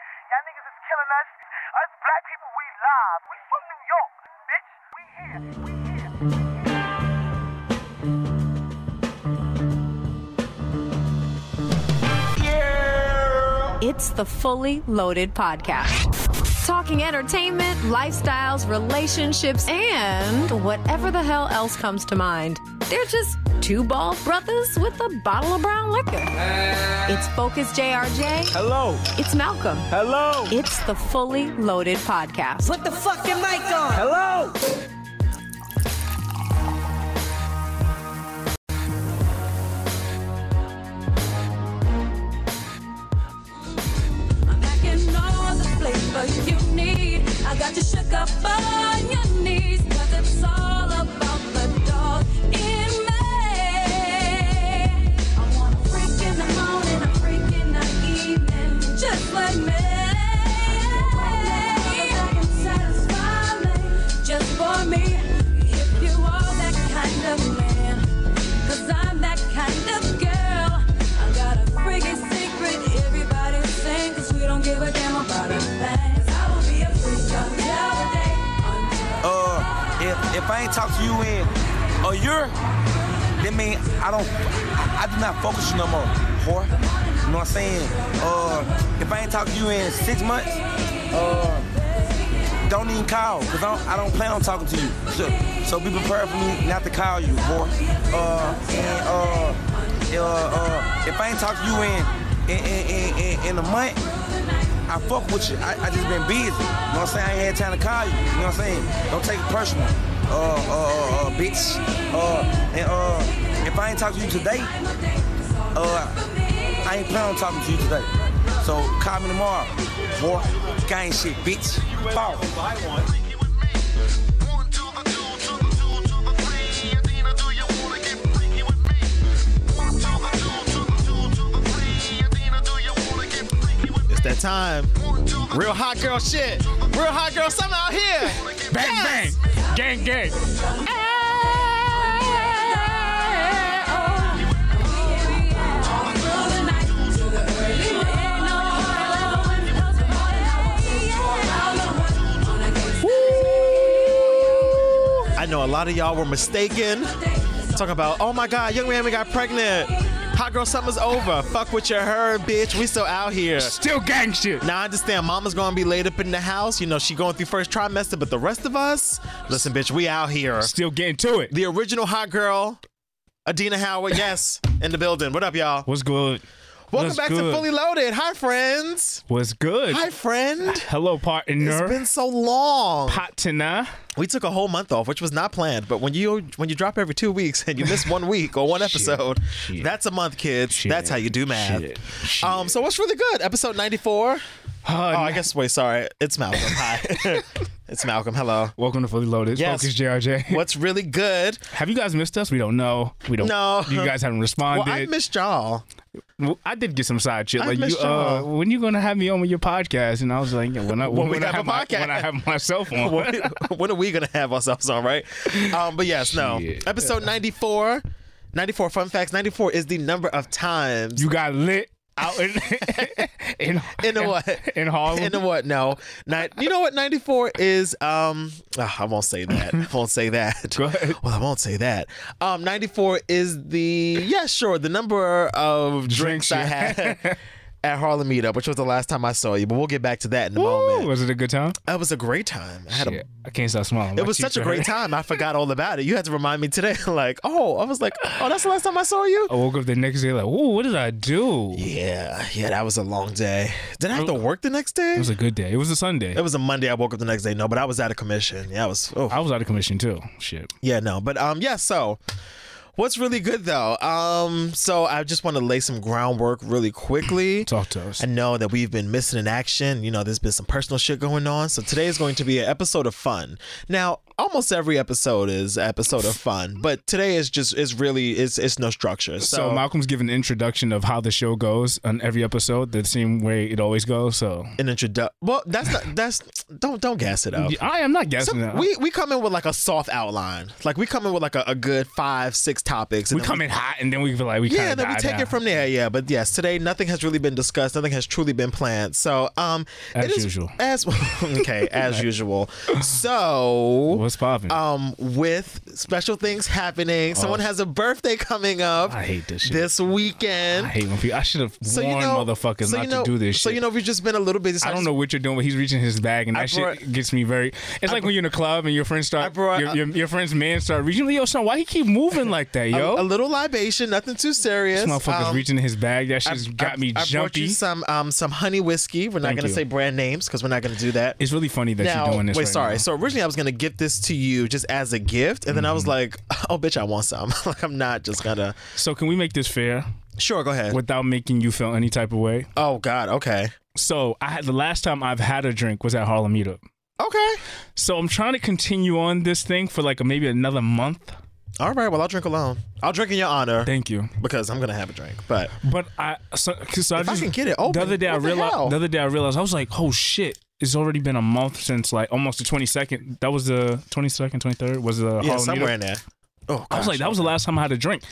Y'all niggas is killing us. Us black people, we live. We from New York, bitch. We here. We here. It's the Fully Loaded Podcast. Talking entertainment, lifestyles, relationships, and whatever the hell else comes to mind. They're just two bald brothers with a bottle of brown liquor. It's Focus JRJ. Hello. It's Malcolm. Hello. It's the Fully Loaded Podcast. Put the fucking mic on. Hello. Back in all the flavor you need. I got you shook up on your knees. 'cause it's all about the dog in me. I want a freak in the morning, a freak in the evening. Just like me. That can satisfy me, Just for me, if you are that kind of man. Cause I'm that kind of girl. I got a freaking secret. Everybody's saying, cause we don't give a damn about a thing. 'Cause I will be a freak until the day. Until uh, if if I ain't talk to you in a year, that mean I don't, I, I do not focus you no more, whore. You know what I'm saying? Uh, if I ain't talk to you in six months, uh, don't even call, cause I don't, I don't plan on talking to you. So, so be prepared for me not to call you, whore. Uh, and uh, uh, uh, if I ain't talk to you in in in, in, in, in a month. I fuck with you. I, I just been busy. You know what I'm saying? I ain't had time to call you. You know what I'm saying? Don't take it personal. Uh, uh, uh, uh bitch. Uh, and uh, if I ain't talking to you today, uh, I ain't planning on talking to you today. So call me tomorrow. Boy, gang shit, bitch. Fuck. It's that time. Real hot girl shit. Real hot girl summer out here. Bang bang, gang gang. I know a lot of y'all were mistaken. Talking about, oh my god, young man, we got pregnant. Hot girl summer's over. Fuck what you heard, bitch. We still out here. Still gang shit. Now I understand mama's gonna be laid up in the house. You know, she going through first trimester, but the rest of us, listen, bitch, we out here. Still getting to it. The original hot girl, Adina Howard, yes, in the building. What up, y'all? What's good? Welcome What's back to good? Fully Loaded. Hi, friends. What's good? Hi, friend. Hello, It's partner. been so long. Partner. We took a whole month off, which was not planned. But when you when you drop every two weeks and you miss one week or one episode, Shit. that's a month, kids. Shit. That's how you do math. Shit. Shit. Um, so what's really good? Episode ninety four. Uh, Oh, I guess. Wait, sorry. It's Malcolm. Hi. it's Malcolm. Hello. Welcome to Fully Loaded. Yes. Focus JRJ. What's really good? Have you guys missed us? We don't know. We don't. No. You guys haven't Well, responded. I missed y'all. Well, I did get some side shit. I like you, missed uh, y'all. when you gonna have me on with your podcast? And I was like, yeah, when I when, we I have a my- podcast. when I have myself on. When when are we gonna have ourselves on, right? Um, but yes, no. Shit. Episode ninety four. 94 fun facts 94 is the number of times You got lit out in in, in the what in Harlem. in the what no Ni- you know what 94 is um ah, i won't say that i won't say that Go ahead. well i won't say that um 94 is the yeah sure the number of Drinks drinks i you- had at harlem meetup which was the last time i saw you but we'll get back to that in a Woo, moment was it a good time? That was a great time. I had Shit, a I can't stop smiling. it was such a great time. I forgot all about it. You had to remind me today. Like, oh, I was like, oh, that's the last time I saw you. I woke up the next day like, ooh, what did I do? Yeah, yeah, that was a long day. Did I have to work the next day? It was a good day. It was a Sunday. It was a Monday. I woke up the next day. No, but I was out of commission. Yeah, I was. Oh, I was out of commission too. Shit. yeah, no, but um, yeah. So, what's really good though? Um, so I just want to lay some groundwork really quickly. Talk to us. I know that we've been missing in action. You know, there's been some personal shit going on. So today is going to be an episode of fun. Now, almost every episode is an episode of fun, but today is just it's really it's it's no structure. So, So Malcolm's giving an introduction of how the show goes on every episode, the same way it always goes. So an introdu Well, that's not that's don't don't gas it up. I am not guessing Some- that. we we come in with like a soft outline. Like we come in with like a, a good five six topics. we then come in hot, and then we feel like we Yeah, kinda then we die take down. it from there. Yeah, but yes, today nothing has really been discussed. Nothing has truly been planned. So, um, As it is- usual. as okay, as usual. So, What's popping? um, with special things happening, someone has a birthday coming up. Oh. I hate this shit. This weekend. I hate when people. I should have so warned you know, motherfuckers so not you know, to do this. So shit. you know, we've just been a little busy. So I don't just- know what you're doing, but he's reaching his bag, and I that brought- shit gets me very. It's like when you're in a club and your friends I start, brought- your, your, your friend's man start reaching. Yo, son, why he keep moving like that, A- yo? A, little libation, nothing too serious. this motherfucker's Um, reaching in his bag. That shit's I- got I- me I brought jumpy. you some um some honey whiskey. We're not Thank going to you. say brand names because we're not going to do that. It's really funny that now, you're doing this. wait, right sorry. now. So originally I was gonna gift this to you just as a gift, and then Mm-hmm. I was like, "Oh, bitch, I want some." like I'm not just gonna. So can we make this fair Sure, go ahead. without making you feel any type of way? oh God, okay, So I had the last time I've had a drink was at Harlem Meetup. okay, So I'm trying to continue on this thing for like maybe another month. all right. Well, I'll drink alone. I'll drink in your honor Thank you. because I'm gonna have a drink. But But I so, 'cause I If I just can get it open, the other day I what the realized hell? the other day I realized I was like, oh shit, it's already been a month since like almost the twenty second. That was the twenty second, twenty third was the yeah, Harlem somewhere meetup. in there. Oh, I was like, that was the last time I had a drink,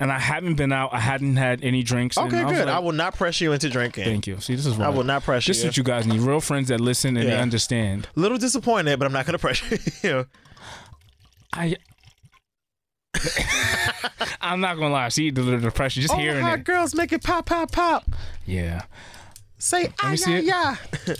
and I haven't been out. I hadn't had any drinks. and okay, I was good. like, I will not press you into drinking. Thank you. See, this is what I will not pressure This is you. what you guys need: real friends that listen and they Yeah. understand. Little disappointed, but I'm not gonna pressure you. I. I'm not gonna lie. See the, the depression, just Oh, hearing hot it. girls make it pop, pop, pop. Yeah. Say ah, me see yeah, it. yeah.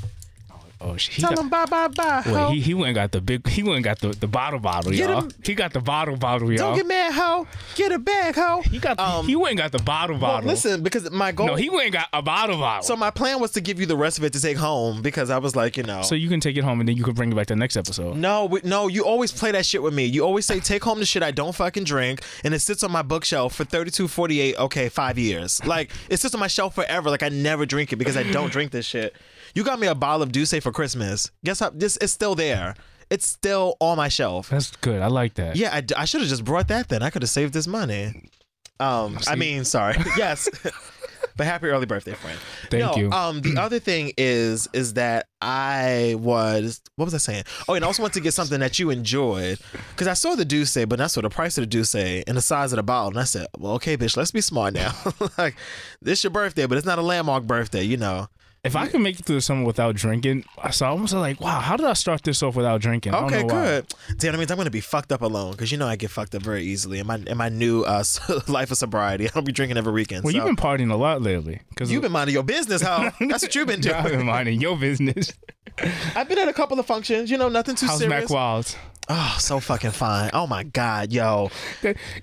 Oh shit. He Tell got- them bye, bye, bye. Wait, ho. he, he went and got the big. He went and got the, the bottle bottle, Get y'all. him- He got the bottle bottle, y'all. Don't get mad, ho. Get a bag, ho. He got. The, he went and got the bottle Well, bottle. listen, because my goal. no, he went and got a bottle bottle. So So, my plan was to give you the rest of it to take home because I was like, you know. you can take it home and then you can bring it back the next episode. no, we, no, you always play that shit with me. You always say, take home the shit I don't fucking drink, and it sits on my bookshelf for 32, 48, okay, five years. Like, it sits on my shelf forever. Like, I never drink it because I don't drink this shit. You got me a bottle of Douce for Christmas. Guess how? This is still there. It's still on my shelf. That's good. I like that. Yeah, I, should have just brought that then. I could have saved this money. Um, I See? mean, sorry. yes. but happy early birthday, friend. Thank No, you. Um, the other thing is, is that I was, what was I saying? Oh, and I also wanted to get something that you enjoyed because I saw the Douce, but I saw the price of the Douce and the size of the bottle, and I said, well, okay, bitch, let's be smart now. like, this your birthday, but it's not a landmark birthday, you know. If I can make it through the summer without drinking, I so I almost like, wow, how did I start this off without drinking? I don't Okay, know why. good. Damn, that means I'm gonna be fucked up alone because you know I get fucked up very easily in my in my new uh, life of sobriety. I'll be drinking every weekend. Well, so. you've been partying a lot lately. Cause You've been minding your business, ho. That's what you've been I've doing. been minding your business. I've been at a couple of functions, you know, nothing too How's serious. Mac Wilds? Oh, so fucking fine. Oh my god, yo.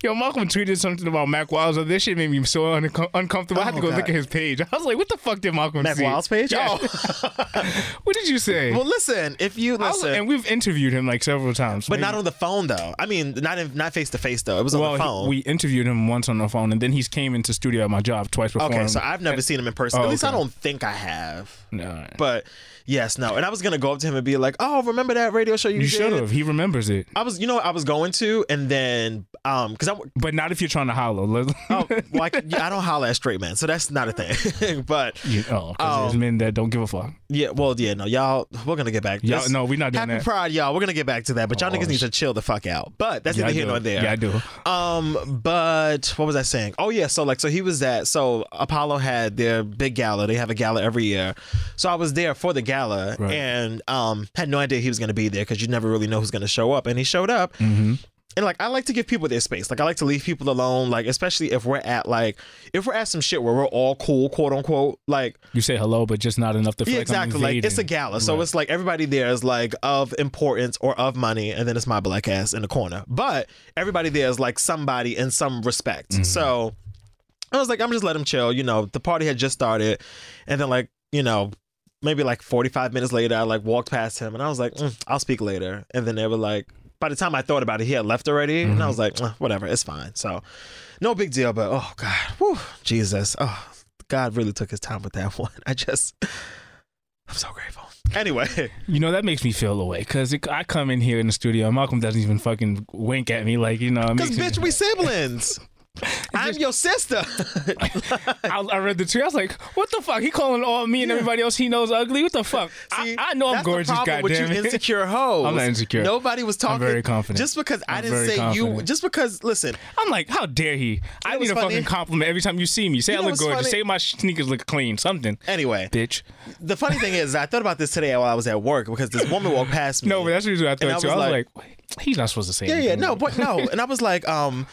Yo, Malcolm tweeted something about Mac Wilds. and This shit made me so uncom- uncomfortable. I had Oh, to go God. look at his page. I was like, what the fuck did Malcolm Mac see? Wilds page? Yeah. what did you say? Well, listen, if you I was- listen, and we've interviewed him like several times. but Maybe- not on the phone though. I mean, not in, not face to face though. It was well, on he- the phone. we interviewed him once on the phone, and then he's came into studio at my job twice before. okay, him. so I've never seen him in person. Oh, At least I okay. don't think I have. No, all right. But yes, no. And I was gonna go up to him and be like, "Oh, remember that radio show you, you did?" should have. He remembers it, I was, you know, what I was going to, and then, um, because I, but not if you're trying to hollow. Let- oh, well, I, can- I don't holler at straight men, so that's not a thing. but You- oh, 'cause there's Um, men that don't give a fuck. Yeah, well, yeah, no, y'all, we're gonna get back. Y'all- That's- no, we not doing Happy that. Pride, y'all. We're gonna get back to that, but y'all Oh, niggas need to chill the fuck out. But that's Yeah, I neither here do. nor there. Yeah, I do. Um, but what was I saying? Oh yeah, so like, so he was at. So Apollo had their big gala. They have a gala every year. So I was there for the gala Right. and um had no idea he was gonna be there because you never really know who's gonna show up. And he showed up. Mm-hmm. And like I like to give people their space. Like I like to leave people alone. Like especially if we're at like if we're at some shit where we're all cool, quote unquote. Like You say hello, but just not enough to. Feel yeah, like I'm exactly. Like it's a invading. gala, so Right. it's like everybody there is like of importance or of money, and then it's my black ass in the corner. But everybody there is like somebody in some respect. Mm-hmm. So I was like, I'm just let him chill. You know, the party had just started, and then like you know, maybe like 45 minutes later, I like walked past him, and I was like, "Mm, I'll speak later. And then they were like, by the time I thought about it, he had left already, and Mm-hmm. I was like, "Mm, whatever, it's fine. So no big deal. But oh God, whew, Jesus, oh God, really took his time with that one. I just. I'm so grateful. Anyway, You know, that makes me feel away because I come in here in the studio and Malcolm doesn't even fucking wink at me. Like, you know, it because makes me- bitch, we siblings. I'm your sister. I, I read the tweet. I was like, what the fuck? He calling all me and everybody else he knows ugly. What the fuck? See, I, I know I'm that's the gorgeous, problem with you goddamn it. insecure hoes. I'm not insecure. Nobody was I'm talking. very confident. Just because I I'm didn't very say you. confident. Just because, listen, I'm like, how dare he? I need know what's a funny? fucking compliment every time you see me. Say You I know look what's gorgeous. funny? Say my sneakers look clean. Something. anyway. Bitch. The funny thing is, I thought about this today while I was at work because this woman walked past me. No, but that's usually what I And thought too. I was like, wait, he's not supposed to say Yeah, yeah, anything. no, but no. And I was like, um,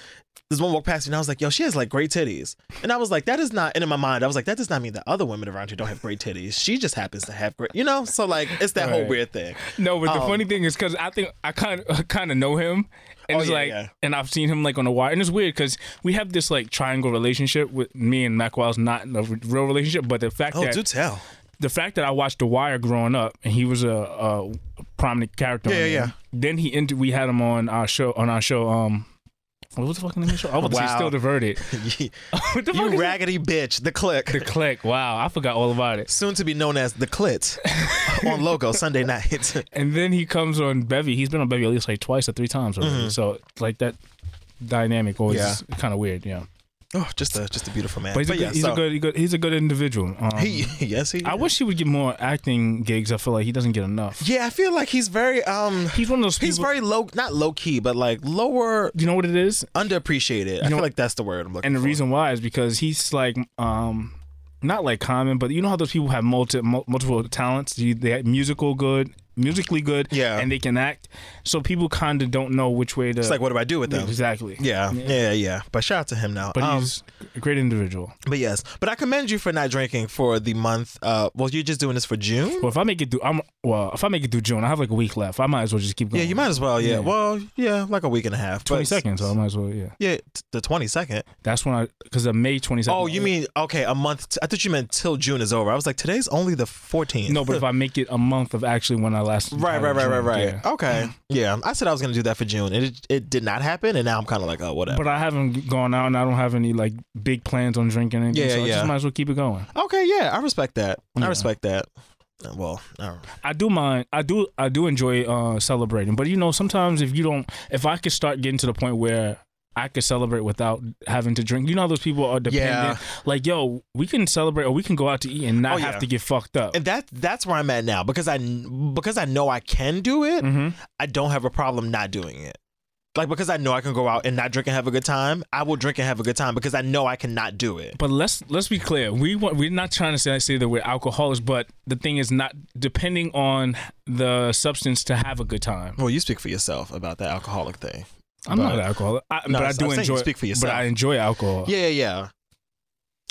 this one walked past me and I was like, yo, she has like great titties. And I was like, that is not, and in my mind, I was like, that does not mean that other women around here don't have great titties. She just happens to have great, you know? So like, it's that whole Right. weird thing. No, but the Um, funny thing is because I think I kind of kind of know him, and Oh, it's yeah, like, yeah. and I've seen him like on the wire, and it's weird because we have this like triangle relationship with me and Mac Wiles, not a re- real relationship, but the fact Oh, that do tell. the fact that I watched The Wire growing up, and he was a, a prominent character. Yeah, on yeah, there. yeah. Then he inter- we had him on our show on our show. Um, what was the fucking name of the show? I was Wow. still diverted. what the fuck? you is raggedy bitch, the click. it? the click. Wow, I forgot all about it. Soon to be known as the clit on logo Sunday night. And then he comes on Bevy. He's been on Bevy at least like twice or three times already. So like that dynamic always Mm-hmm. Yeah. is kind of weird. Yeah, oh, just a just a beautiful man. but he's, a, But good, yeah, he's so- a good, he good- he's a good individual. Um, He, yes, he. I is. wish he would get more acting gigs. I feel like he doesn't get enough. Yeah, I feel like he's very um. He's one of those. He's people- very low, not low key, but like lower, You know what it is? underappreciated. I know- feel like that's the word I'm looking and the for. reason why is because he's like um not like common but you know how those people have multi, mul- multiple talents You- they're musical good musically good Yeah. and they can act so people kind of don't know which way to It's like, what do I do with them? exactly Yeah, yeah, yeah, But shout out to him now. but um, he's a great individual but yes, but I commend you for not drinking for the month. Uh, well, you're just doing this for June. well if i make it through i'm well if i make it through june i have like a week left i might as well just keep going Yeah, you might as well. Yeah, Yeah. well, yeah, like a week and a half. 20 but- seconds so i might as well yeah Yeah, t- the twenty second. that's when i because the may 22nd Oh, you mean okay? A month. T- I thought you meant till June is over. I was like, today's only the fourteenth. no but if i make it a month of actually when i last Right, right, right, right, right. Yeah. Okay. Yeah, I said I was gonna do that for June, and it, it did not happen. And now I'm kind of like, oh, whatever. but I haven't gone out and I don't have any like big plans on drinking anything. Yeah, so I yeah. just might as well keep it going. okay, yeah, I respect that. I respect that. Uh, Well, all right. I do mind. I do. I do enjoy uh, celebrating, but you know, sometimes if you don't, if I could start getting to the point where I could celebrate without having to drink, you know, how those people are dependent. Yeah. Like, yo, we can celebrate, or we can go out to eat and not Oh, yeah. have to get fucked up. and that that's where I'm at now because I kn- because I know I can do it. Mhm. I don't have a problem not doing it. Like because I know I can go out and not drink and have a good time, I will drink and have a good time because I know I cannot do it. But let's let's be clear. We want, we're not trying to say, say that we're alcoholics, but the thing is not depending on the substance to have a good time. Well, you speak for yourself about that alcoholic thing. I'm not But- an alcoholic, I, No, but I I'm do saying you enjoy. speak for But yourself. I enjoy alcohol. Yeah, yeah, yeah.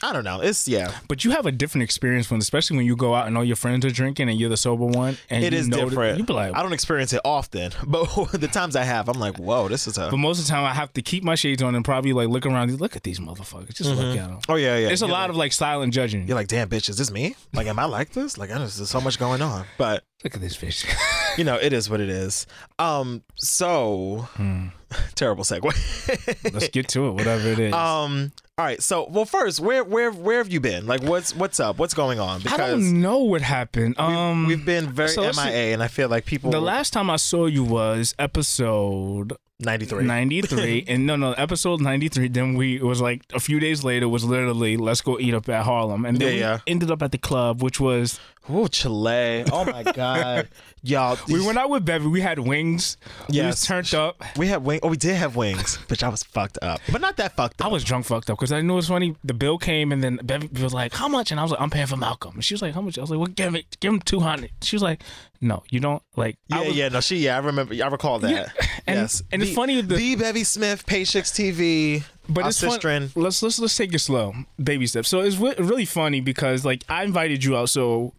I don't know. It's yeah. But you have a different experience when, especially when you go out and all your friends are drinking and you're the sober one. And it you is know that- different. You be like, I don't experience it often, but the times I have, I'm like, whoa, this is a. but most of the time I have to keep my shades on and probably like look around. Look at these motherfuckers. Just look at them. Oh yeah, yeah. It's a You're lot like- of like silent judging. You're like, damn, bitch, is this me? Like, am I like this? Like, I know there's so much going on, but look at this fish. you know, it is what it is. Um, so terrible segue. Let's get to it. Whatever it is. um, all right. So, well, first, where where where have you been? Like, what's what's up? What's going on? I Because don't know what happened. Um, we've been very so MIA, let's see. and I feel like people. the last time I saw you was episode 93. 93 and no no episode 93 then we it was like a few days later was literally let's go eat up at harlem and then Yeah, we yeah. ended up at the club which was Oh, Chile. Oh my God, y'all. We went out with Bevy. We had wings. We Yes. was turned up. We had wings. Oh, we did have wings, bitch. I was fucked up, but not that fucked I up. was drunk, fucked up, because I knew it was funny. The bill came, and then Bevy was like, "How much?" And I was like, "I'm paying for Malcolm." And she was like, "How much?" I was like, "Well, give it, give him 200." She was like, "No, you don't like." I Yeah, was, yeah, no, she, yeah, I remember, I recall that. Yeah, and- yes, and it's The- funny that- the Bevy Smith, Paychicks TV, But our it's fun- sister, Let's let's let's take it slow, baby steps. So it's w- really funny because like I invited you out, so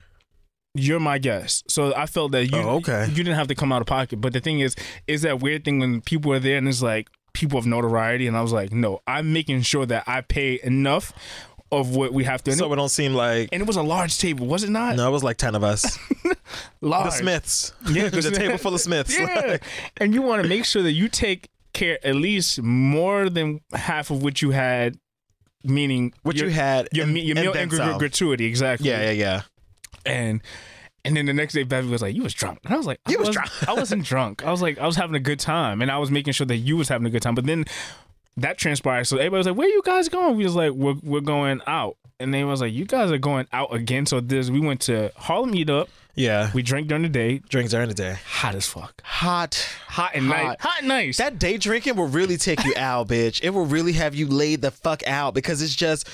you're my guest. So I felt that you Oh, okay. you didn't have to come out of pocket. But the thing is, is that weird thing when people are there and it's like people of notoriety, and I was like, no, I'm making sure that I pay enough of what we have to. And, so it, it don't seem like. and it was a large table, was it not? No, it was like ten of us. large. The Smiths. Yeah, the Smith. table full of Smiths. Yeah. Like, and you want to make sure that you take care at least more than half of what you had, meaning what your- you had. your, and- me- your and meal then and gr- some. gratuity exactly Yeah, yeah, yeah. and And then the next day, Bevy was like, "You was drunk." And I was like, "You was drunk." I wasn't drunk. I was like, I was having a good time, and I was making sure that you was having a good time. But then that transpired, so everybody was like, "Where you guys going?" We was like, "We're we're going out," and they was like, "You guys are going out again." So this, we went to Harlem Eat Up. Yeah. We drank during the day, drinks during the day. hot as fuck, Hot. hot and nice, hot and nice. That day drinking will really take you out, bitch. It will really have you laid the fuck out because it's just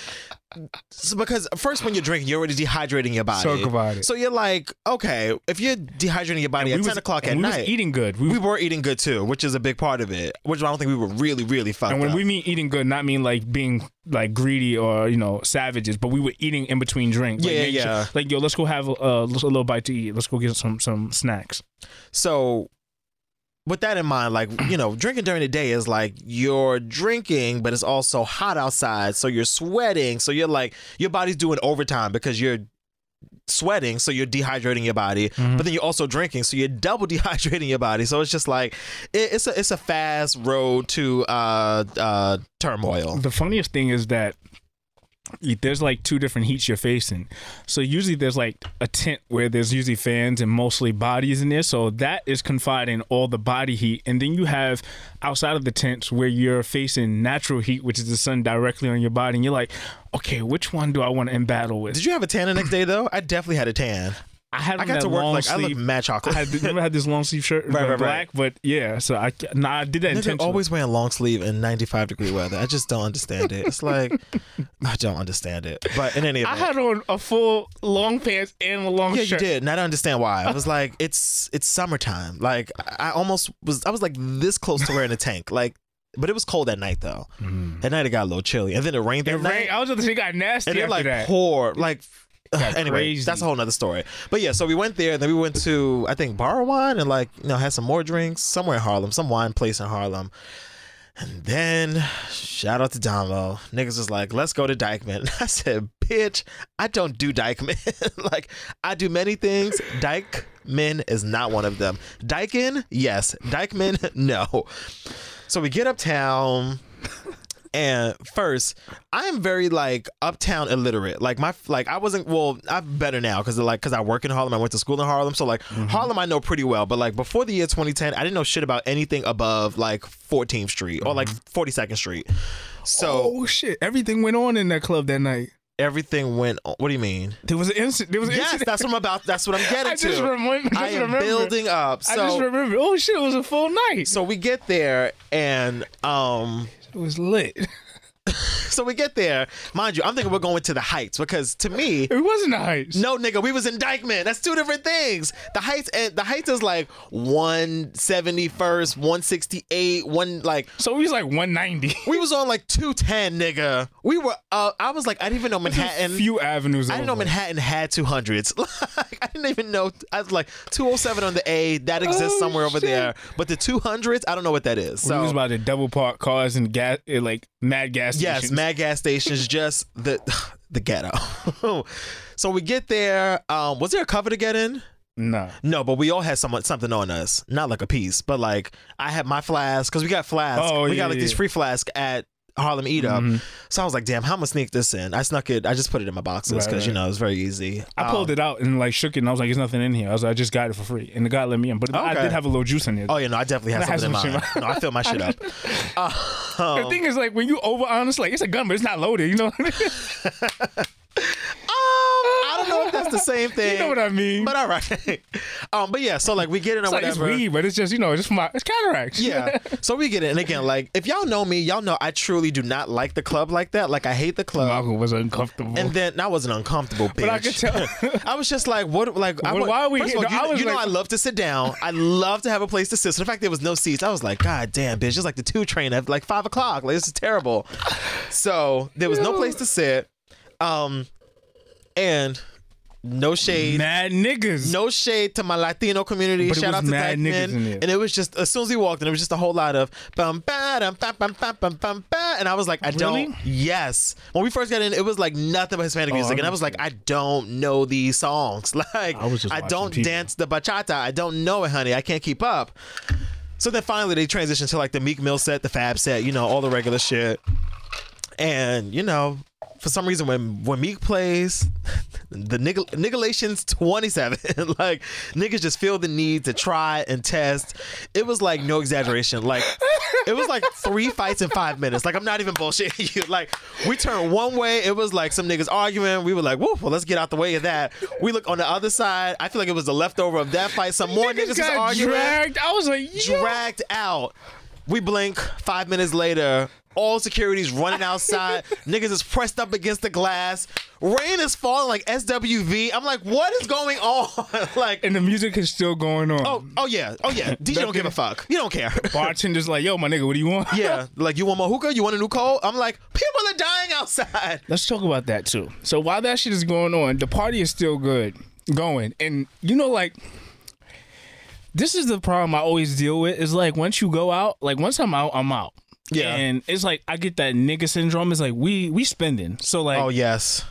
so because first when you're drinking, you're already dehydrating your body. Talk about it. So you're like, okay, if you're dehydrating your body we at was- ten o'clock and at we was night, eating good. We- We, were eating good too, which is a big part of it. Which I don't think we were really, really fucked. And when up. we mean eating good, not mean like being like greedy or you know savages, but we were eating in between drinks. Like, Yeah, make yeah. sure- like yo, let's go have a, uh, let's- a little bite to eat. Let's go get some some snacks. So with that in mind, like, you know, drinking during the day is like you're drinking, but it's also hot outside. So you're sweating. So you're like, your body's doing overtime because you're sweating. So you're dehydrating your body, but then you're also drinking. So you're double dehydrating your body. So it's just like, it, it's a, it's a fast road to, uh, uh, turmoil. The funniest thing is that there's like two different heats you're facing. So usually there's like a tent where there's usually fans and mostly bodies in there. So that is confining all the body heat. And then you have outside of the tents where you're facing natural heat, which is the sun directly on your body. And you're like, okay, which one do I want to in battle with? Did you have a tan the next day though? I definitely had a tan. I had I on got that to work long like I look sleeve. mad chocolate. I had, remember I had this long sleeve shirt, Right, but right, black, but right. yeah. So I nah, I did that Nigga intentionally. always wearing long sleeve in 95 degree weather. I just don't understand it. It's like, I don't understand it. But in any I event, had on a full long pants and a long yeah, you shirt. did, and I don't understand why. I was like, it's it's summertime. Like I almost was, I was like this close to wearing a tank. Like, but it was cold at night though. At night it got a little chilly, and then it rained. That Mm. It night, rained. I was just it got nasty and it after like that. poured like. Ugh, anyway, crazy. that's a whole nother story. But yeah, so we went there, and then we went to I think Bar Wine, and like you know had some more drinks somewhere in Harlem, some wine place in Harlem. And then shout out to Domo, niggas was like, let's go to Dykeman. I said, bitch, I don't do Dykeman. like I do many things. Dykeman is not one of them. Dyken, yes. Dykeman, no. So we get uptown. And first, I'm very like uptown illiterate. Like my like I wasn't well. I'm better now because like because I work in Harlem. I went to school in Harlem, so like Mm-hmm. Harlem I know pretty well. But like before the year 2010, I didn't know shit about anything above like 14th Street or like 42nd Street. So Mm-hmm. Oh shit! Everything went on in that club that night. everything went. On. What do you mean? There was an incident. There was an Yes, incident. that's what I'm about. That's what I'm getting I just to. remem- just I am remembered. building up. So I just remember. Oh shit! It was a full night. so we get there and um. it was lit. It So we get there, mind you. I'm thinking we're going to the Heights because to me, wasn't a heights. No, nigga, we was in Dykeman. That's two different things. The heights and the heights is like one seventy first, one sixty eight, one like So we was like 190. we was on like two ten, nigga. We were. Uh, I was like, I didn't even know Manhattan. few avenues. I didn't know over. Manhattan had two hundreds. like, I didn't even know. I was like two oh seven on the A that exists Oh, somewhere over shit. there, but the two hundreds, I don't know what that is. So we was about to double park cars and gas, eh, like mad gas. Yes, stations. mad gas stations, just the the ghetto. so we get there. Um, was there a cover to get in? Nah. No, but we all had someone something on us. Not like a piece, but like I had my flask because we got flask. Oh, we yeah, yeah. got like Mm-hmm. these free flask at Harlem Eat Up. So I was like, damn, how am I gonna sneak this in? I snuck it. I just put it in my boxes because Right, you right. know it's very easy. I pulled it out and like shook it, and I was like, "There's nothing in here." I was like, "I just got it for free," and the guy let me in. But I Okay. did have a little juice in there. Oh yeah, no, I definitely had I had something in some mine. shit in no, I filled my shit up. Um, the thing is, like, when you over honest, like, it's a gun, but it's not loaded. You know, what I mean? I don't know if that's the same thing. you know what I mean? But all right. um, but yeah, so like we get in or it's like it's whatever. weed, but it's just you know, it's just my it's cataracts. Yeah. So we get in. And again, like if y'all know me, y'all know I truly do not like the club like that. Like I hate the club. Malcolm was uncomfortable. Uh, And then I wasn't uncomfortable, bitch. But I could tell. I was just like, what? Like, I What- would- why are we First here? of all, No, you, I was you know, like- I love to sit down. I love to have a place to sit. So the fact there was no seats, I was like, God damn, bitch! It's like the two train at like five o'clock. Like this is terrible. So there was no place to sit, um, and no shade. mad niggas. No shade to my Latino community. But it Shout was out to mad niggas Dykeman. in there. And it was just as soon as he walked in, it was just a whole lot of bum ba dum bum bum bum bum bum ba. And I was like, I Really? Oh, don't. Yes. When we first got in, it was like nothing but Hispanic music, I'm- and I was like, I don't know these songs. Like, I was just I watching don't people. dance the bachata. I don't know it, honey. I can't keep up. So then finally they transitioned to like the Meek Mill set, the Fab set, you know, all the regular shit. And you know, for some reason when when Meek plays the nigga Nigalations 27 like niggas just feel the need to try and test it was like no exaggeration like it was like three fights in five minutes like I'm not even bullshitting you like we turned one way it was like some niggas arguing we were like whoop well let's get out the way of that we look on the other side I feel like it was the leftover of that fight some more niggas, was got arguing dragged. I was like, yo. dragged out. We blink. Five minutes later, all security's running outside. Niggas is pressed up against the glass. Rain is falling like SWV. I'm like, what is going on? like, and the music is still going on. oh, oh yeah, oh yeah. DJ don't give a fuck. You don't care. bartender's like, yo, my nigga, what do you want? yeah, like you want more hookah? You want a new coal? I'm like, people are dying outside. Let's talk about that too. So while that shit is going on, the party is still good going, and you know, like this is the problem I always deal with. Is like once you go out, like once I'm out, I'm out. Yeah. and it's like I get that nigga syndrome. It's like we we spending, so like Oh yes,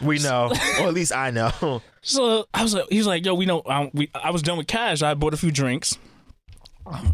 we know, or at least I know. So I was like, he was like, yo, we know, I, we, I was done with cash. I bought a few drinks.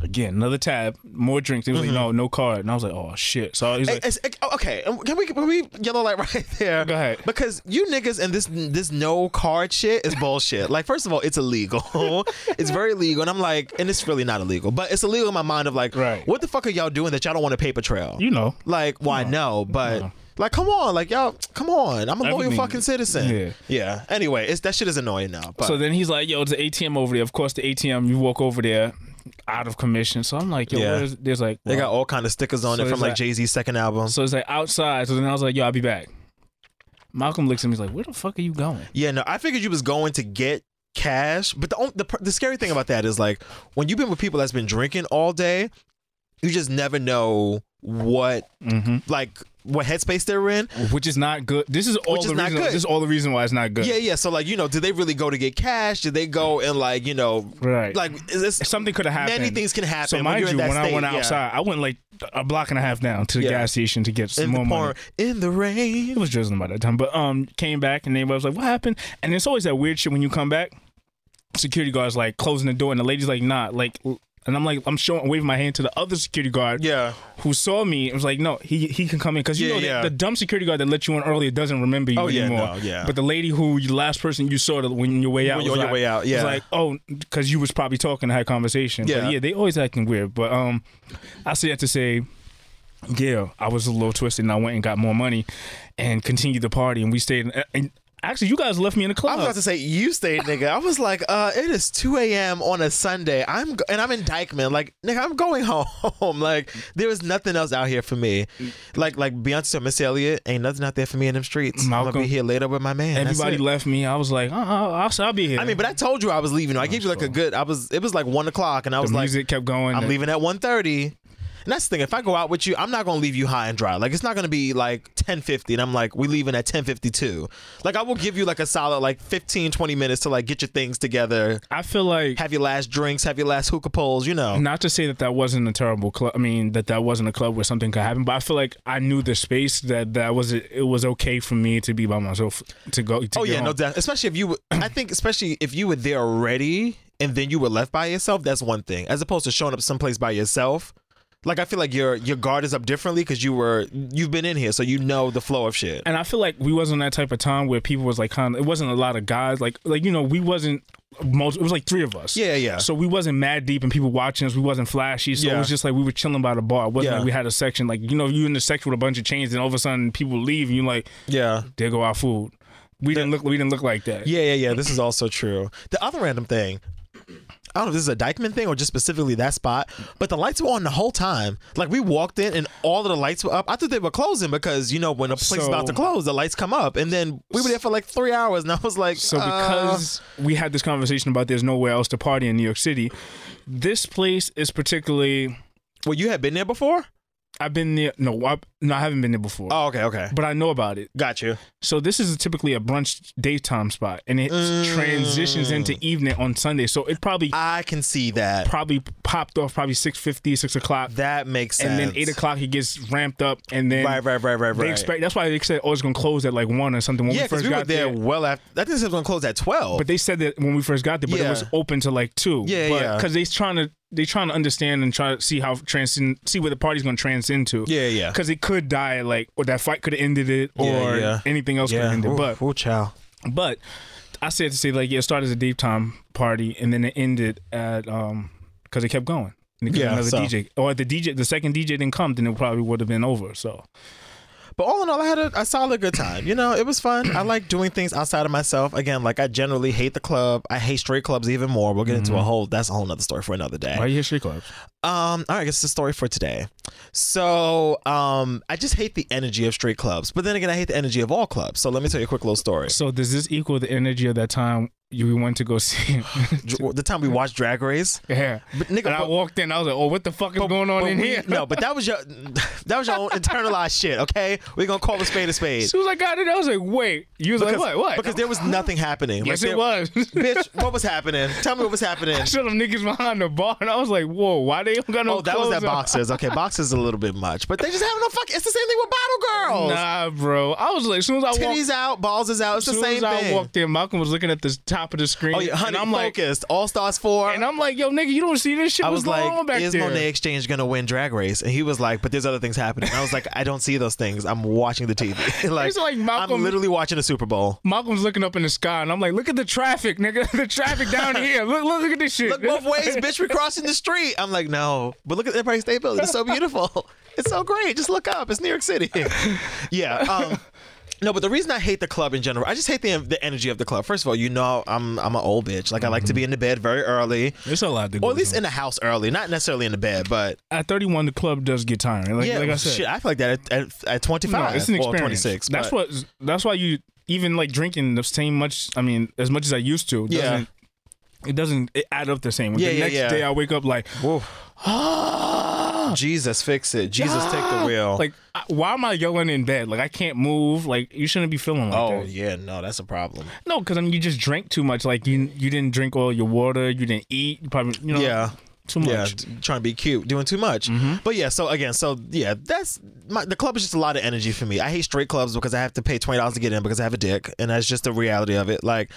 Again, another tab, more drinks. He was like, no, no card. And I was like, oh shit. So he's Hey, like, it's- it- oh, okay, um, can we can we yellow light right there? Go ahead. Because you niggas and this this no card shit is bullshit. like, first of all, it's illegal. it's very illegal, and I'm like, and it's really not illegal, but it's illegal in my mind of like, Right. what the fuck are y'all doing that y'all don't want a paper trail? you know, like, why no? But. Like come on, like y'all, come on! I'm a loyal Everything- fucking citizen. yeah. yeah. Anyway, it's that shit is annoying now. But So then he's like, "Yo, it's an ATM over there." Of course, the ATM. You walk over there, out of commission. So I'm like, "Yo, Yeah. where's, there's like they got all kind of stickers on So it from it's like like- Jay Z's second album. So it's like outside. So then I was like, "Yo, I'll be back." Malcolm looks at me he's like, "Where the fuck are you going?" Yeah, no, I figured you was going to get cash, but the on- the pr- the scary thing about that is like when you've been with people that's been drinking all day, you just never know what Mm-hmm. like what headspace they're in. Which is not good. This is all Which is the not reason. good. This is all the reason why it's not good. Yeah, yeah. So like you know, did they really go to get cash? Did they go and like you know, Right. Like is this, Something could have happened. Many things can happen. So when mind you're in you, that when I state, went yeah. outside, I went like a block and a half down to the Yeah. gas station to get some in more the money. porn, in the It rain. was drizzling by that time, but um, came back and everybody was like, "What happened?" And it's always that weird shit when you come back. Security guards like closing the door, and the lady's like, "Nah," like, and I'm like, I'm showing, waving my hand to the other security guard, Yeah. who saw me. It was like, "No, he he can come in," because you Yeah, know the- yeah. the, dumb security guard that let you in earlier doesn't remember you Oh, yeah, anymore. no, yeah. But the lady who you last person you saw when your way out, was you're on your like, way out, was yeah. like, oh, because you was probably talking, had conversation. Yeah. but yeah, they always acting weird. But um, I say that to say. Yeah, I was a little twisted, and I went and got more money, and continued the party, and we stayed. And, and actually, you guys left me in the I club. was about to say you stayed, nigga. I was like, uh, it is 2 a.m. on a Sunday. I'm go- and I'm in Dykeman. Like, nigga, I'm going home. like, there is nothing else out here for me. Like, like Beyonce or Miss Elliott, ain't nothing out there for me in them streets. I'm Malcolm, gonna be here later with my man. That's Everybody it. left me. I was like, uh, uh, I'll, I'll be here. I mean, but I told you I was leaving. I gave you like a good. I was. It was like one o'clock, and I the was like, music kept going. I'm leaving at 1.30. And that's the thing. If I go out with you, I'm not gonna leave you high and dry. Like it's not gonna be like 10:50, and I'm like, we leaving at 10:52. Like I will give you like a solid like 15, 20 minutes to like get your things together, I feel like have your last drinks, have your last hookah poles, you know. not to say that that wasn't a terrible club. I mean, that that wasn't a club where something could happen. But I feel like I knew the space that that was. It was okay for me to be by myself to go. To Oh get yeah, no home. doubt. Especially if you, were- I think, especially if you were there already and then you were left by yourself, that's one thing. As opposed to showing up someplace by yourself, like I feel like your your guard is up differently because you were you've been in here, so you know the flow of shit. and I feel like we wasn't that type of time where people was like kind of it wasn't a lot of guys like like you know we wasn't most it was like three of us Yeah, yeah. so we wasn't mad deep and people watching us we wasn't flashy so Yeah. it was just like we were chilling by the bar it wasn't Yeah. like we had a section like you know you in the section with a bunch of chains and all of a sudden people leave and you like Yeah. there go our food we didn't look we didn't look like that Yeah, yeah, yeah. This is also true. The other random thing. I don't know if this is a Dykeman thing or just specifically that spot, but the lights were on the whole time. Like we walked in and all of the lights were up. I thought they were closing because you know when a place is about to So- close, the lights come up, and then we were there for like three hours, and I was like, So uh, because we had this conversation about there's nowhere else to party in New York City, this place is particularly. well, you had been there before. I've been there. No, I, no, I haven't been there before. Oh, okay, okay, But I know about it. got you. So this is typically a brunch daytime spot, and it transitions into evening on Sunday. So it probably Mm. I can see that. probably popped off probably 6.50, 6 o'clock. That makes sense. and then eight o'clock it gets ramped up, and then Right, right, right, right, They right. expect that's why they said oh it's gonna close at like one or something. When Yeah, we because first we got were there, well after. I think it was gonna close at twelve. But they said that when we first got there, but Yeah. it was open to like two. Yeah, but, yeah. Because they's trying to they trying to understand and try to see how transcend see where the party's going to transcend to. Yeah, yeah. Because it could die like or that fight could have ended it or Yeah, yeah. anything else could have ended. But ooh, child. but I said to say like yeah, it started as a deep time party and then it ended at um because it kept going. And it could Yeah, yeah, another so- DJ or if the DJ the second DJ didn't come then it probably would have been over. So But all in all, I had a, a solid good time. You know, it was fun. I like doing things outside of myself. Again, like I generally hate the club. I hate straight clubs even more. We'll get into a whole. That's a whole nother story for another day. Mm-hmm. you history clubs? Um, all right, I guess it's the story for today. So, um, I just hate the energy of straight clubs, but then again, I hate the energy of all clubs. So let me tell you a quick little story. So does this equal the energy of that time you went to go see? Dr- The time we watched Drag Race, yeah. But nigga, and I but- walked in, I was like, "Oh, what the fuck is going on But in we- here?" No, but that was your that was your own internalized shit. Okay, we're gonna call a spade a spade. As soon as I got it, I was like, wait. You was Because, like, what? What? because there was nothing happening. yes, Like, it there- was. Bitch, what was happening? Tell me what was happening. I saw them niggas behind the bar, and I was like, whoa, why they don't got no Oh, that was clothes that on? boxers. Okay, boxers is a little bit much, but they just have no fuck. It's the same thing with bottle girls. Nah, bro. I was like, as soon as I walked, Titties out, balls is out. It's as the soon same as I thing. walked in, Malcolm was looking at the top of the screen, Oh yeah, honey, and I'm like, focused. All Stars four. and I'm like, yo, nigga, you don't see this shit. I What's was going on like, back is there? Monet Exchange gonna win Drag Race? And he was like, but there's other things happening. And I was like, I don't see those things. I'm watching the TV. like, It's like Malcolm- I'm literally watching the Super Bowl. Malcolm's looking up in the sky, and I'm like, look at the traffic, nigga. the traffic down here. Look, look, look at this shit. Look both ways, bitch. We're crossing the street. I'm like, no. But look at the Empire State Building. It's so beautiful. It's so great. Just look up. It's New York City. yeah. Um, no, but the reason I hate the club in general, I just hate the the energy of the club. First of all, you know, I'm I'm an old bitch. Like I like to Mm-hmm. be in the bed very early, It's a lot to or at least in the house early. Not necessarily in the bed, but at 31, the club does get tiring. Like, yeah. like I said, shit, I feel like that at, at, at 25 no, it's an or experience. 26. that's but- what. That's why you even like drinking the same much. I mean, as much as I used to. Yeah. Doesn't, it doesn't it add up the same. Yeah, the yeah, next yeah. day I wake up like, Jesus, fix it. Jesus, take the wheel. like I- why am I yelling in bed? Like I can't move. Like you shouldn't be feeling like oh that. yeah, no, that's a problem. No, because I mean you just drank too much. Like you you didn't drink all your water. You didn't eat. You probably you know Yeah. too much. Mm-hmm. Yeah, d- trying to be cute, doing too much. But yeah, so again, so yeah, that's my, the club is just a lot of energy for me. I hate straight clubs because I have to pay twenty dollars to get in because I have a dick, and that's just the reality of it. Like,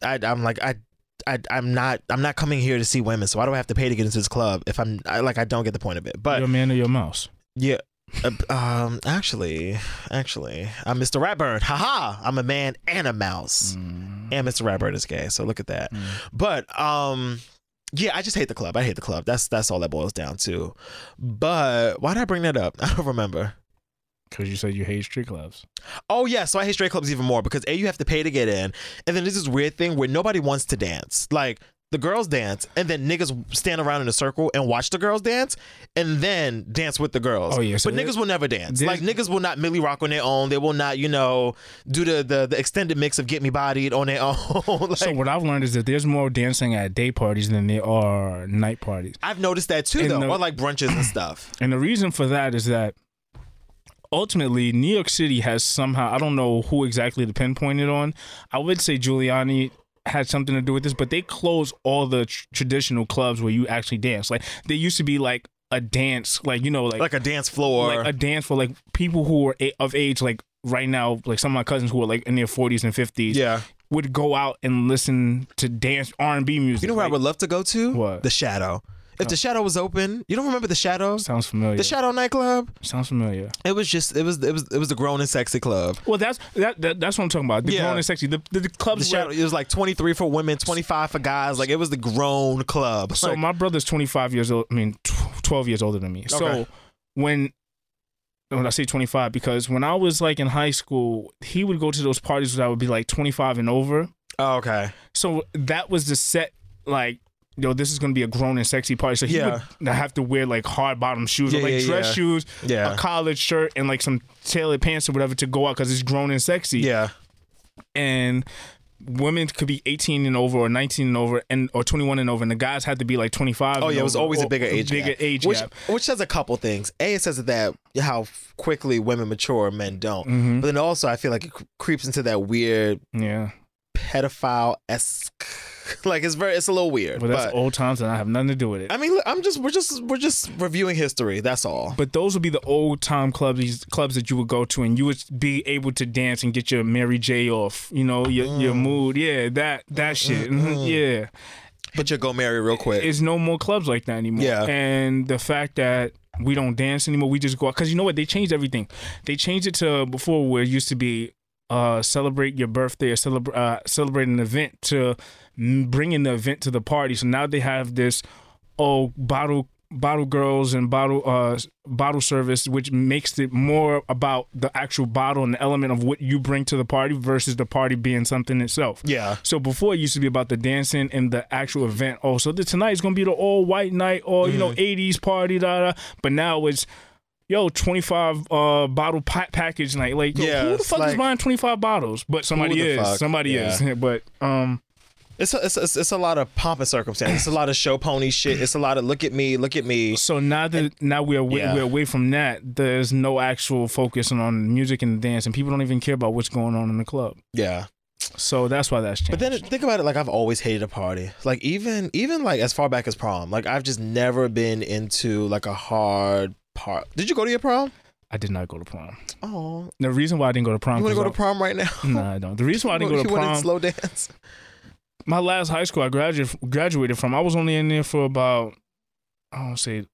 I, I'm like I. I, I'm not. I'm not coming here to see women. So why do I have to pay to get into this club if I'm I, like I don't get the point of it. But Your man or your mouse. yeah. Uh, um. Actually, actually, I'm Mr. Ratburn. Haha. I'm a man and a mouse. And Mr. Ratburn is gay. So look at that. But um. Yeah, I just hate the club. I hate the club. That's that's all that boils down to. But why did I bring that up? I don't remember. Because you said you hate street clubs. Oh yeah, so I hate straight clubs even more because a you have to pay to get in, and then there's this weird thing where nobody wants to dance. Like the girls dance, and then niggas stand around in a circle and watch the girls dance, and then dance with the girls. Oh, yeah, so but there- niggas will never dance. there's- Like niggas will not Millie rock on their own. They will not, you know, do the the, the extended mix of get me bodied on their own. like, So what I've learned is that there's more dancing at day parties than there are night parties. I've noticed that too, And though, the- or like brunches and stuff. And the reason for that is that ultimately New York City has somehow I don't know who exactly to pinpoint it on. I would say Giuliani had something to do with this, but they closed all the tr- traditional clubs where you actually dance. Like there used to be like a dance, like you know, like Like a dance floor. like a dance for like people who are a- of age, like right now, like some of my cousins who are like in their forties and fifties. Yeah. would go out and listen to dance R and B music. you know where I Like, would love to go to? What? Oh. The Shadow. If the Shadow was open, you don't remember the Shadow? sounds familiar. The Shadow nightclub. sounds familiar. It was just it was it was it was the grown and sexy club. Well, that's that, that that's what I'm talking about. The Yeah. grown and sexy. The the, the The clubs. where- shadow, it was like twenty three for women, twenty five for guys. Like it was the grown club. so Like, my brother's 25 years old. I mean, tw- 12 years older than me. So Okay. when when I say 25, because when I was like in high school, he would go to those parties that would be like 25 and over. oh, okay, So that was the set like. Yo, this is gonna be a grown and sexy party. So he Yeah. would have to wear like hard bottom shoes, Yeah, or like yeah, dress yeah. shoes, Yeah. a collared shirt, and like some tailored pants or whatever to go out because it's grown and sexy. yeah, and women could be 18 and over or 19 and over and or 21 and over and the guys had to be like 25 Oh and yeah, it was over, always or a bigger age bigger gap. age which, gap. Which says a couple things. A, it says that how quickly women mature, men don't. Mm-hmm. But then also, I feel like it cr- creeps into that weird yeah pedophile esque. like it's very, it's a little weird. well that's but old times and i have nothing to do with it I mean, look, I'm just we're just we're just reviewing history. That's all. but those would be the old time clubs these clubs that you would go to and you would be able to dance and get Mm. your mary j off you know your, your mood Mm-hmm. yeah that that shit Mhm, yeah But you go marry real quick. It's no more clubs like that anymore. Yeah. And the fact that we don't dance anymore, we just go out. Because you know what? They changed everything. They changed it to before where it used to be uh, celebrate your birthday or celebrate uh, celebrate an event to m- bringing the event to the party. So now they have this oh bottle bottle girls and bottle uh bottle service which makes it more about the actual bottle and the element of what you bring to the party versus the party being something itself Yeah. so before it used to be about the dancing and the actual event. Oh, so the, tonight is gonna be the all white night, all you know, '80s party, da da. But now it's yo, 25 uh bottle pa- package night. Like, yo, Yeah, who the it's fuck is like- buying 25 bottles? But somebody the is, fuck? somebody is. but um, It's a, it's, a, it's a lot of pomp and circumstance. It's a lot of show pony shit. It's a lot of look at me, look at me. so now that now we're away, Yeah. we're away from that, there's no actual focus on music and dance, and people don't even care about what's going on in the club. Yeah. So that's why that's changed. But then think about it like I've always hated a party. Like even even like as far back as prom. Like I've just never been into like a hard part. Did you go to your prom? I did not go to prom. Oh. The reason why I didn't go to prom. You want to 'cause go to I- prom right now? Nah, I don't. The reason why I didn't go to you wanna prom. slow dance? my last high school I graduated graduated from, I was only in there for about I don't say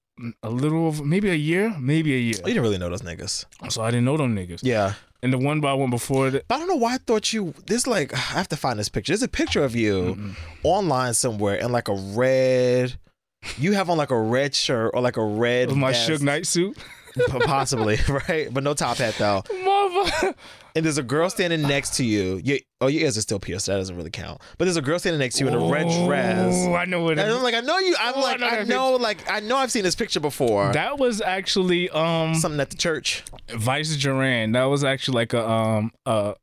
a little over maybe a year, maybe a You year. didn't really know those niggas. So I didn't know them niggas. Yeah. And the one by one before that, But I don't know why I thought you. This like I have to find this picture. There's a picture of you online somewhere in like a red. You have on like a red shirt or like a red. with my vest. Suge Knight suit. P- possibly right, but no top hat though. Mother. And there's a girl standing next to you. you. Oh, your ears are still pierced. That doesn't really count. But there's a girl standing next to you in a red dress. Ooh, I know what And it I'm like, I know you. I'm Oh, I like, know I that know, like, I know. I've seen this picture before. That was actually um Something at the church. Vice Duran. That was actually like a um a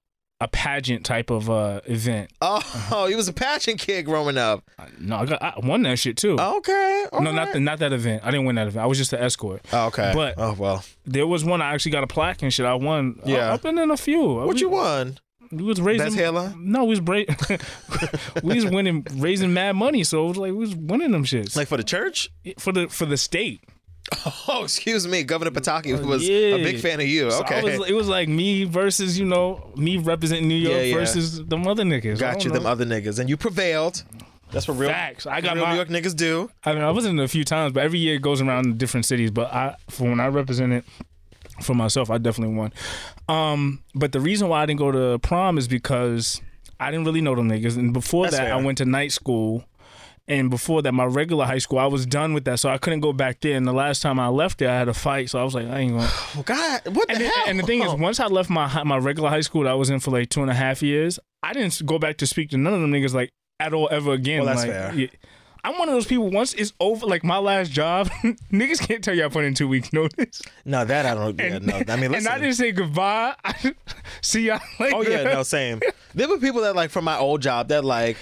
a pageant type of uh event. Uh-huh. Oh, he was a passion kid growing up. No, I got I won that shit too. Oh, Okay. no, not the, not that event. I didn't win that event. I was just an escort. Okay. But- oh well. There was one I actually got a plaque and shit. I won. I- Yeah. I've been in a few. What you won? We was raising Best hairline? No, we was bra- we was winning, raising mad money. So it was like we was winning them shits Like for the church? for the for the state. Oh, excuse me. Governor Pataki was Oh, Yeah. a big fan of you. So I Okay. was- it was like me versus you know me representing New York Yeah, yeah. versus the mother niggas. I Got don't you, them know. other niggas. And you prevailed. That's what real, Facts. I what got real my- New York niggas do. I mean, I was in it a few times, but every year it goes around in different cities. But I, for when I represented for myself, I definitely won. Um, but the reason why I didn't go to prom is because I didn't really know them niggas. And before That's that, I fair. went to night school. And before that, my regular high school, I was done with that, so I couldn't go back there. And the last time I left there, I had a fight, so I was like, I ain't going. to Oh, God. What the And, the- hell? and the thing is, once I left my hi- my regular high school that I was in for like two and a half years, I didn't go back to speak to none of them niggas like at all ever again. Well, that's Like, fair. yeah. I'm one of those people. Once it's over, like my last job, niggas can't tell you I put in two weeks notice. no, that I don't. Yeah, no. I mean, and listen. I didn't say goodbye. I, see y'all later. oh yeah, no, same. There were people that like from my old job that like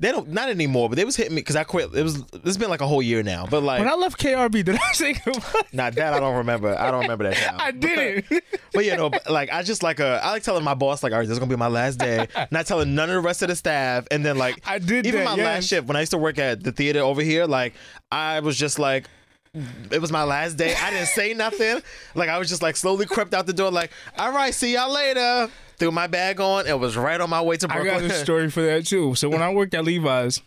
they don't not anymore, but they was hitting me because I quit. It was it's been like a whole year now, but like When I left KRB, did I say goodbye? not that I don't remember. I don't remember that. Now. I didn't. But you know, but, like I just like uh, I like telling my boss like, all right, this is gonna be my last day. Not telling none of the rest of the staff, and then like I did even that, my yes. last shift when I used to work at the theater over here. Like I was just like. It was my last day. I didn't say nothing. Like I was just like slowly crept out the door. Like, all right, see y'all later. Threw my bag on and was right on my way to I Brooklyn. got a story for that too. So when I worked at Levi's,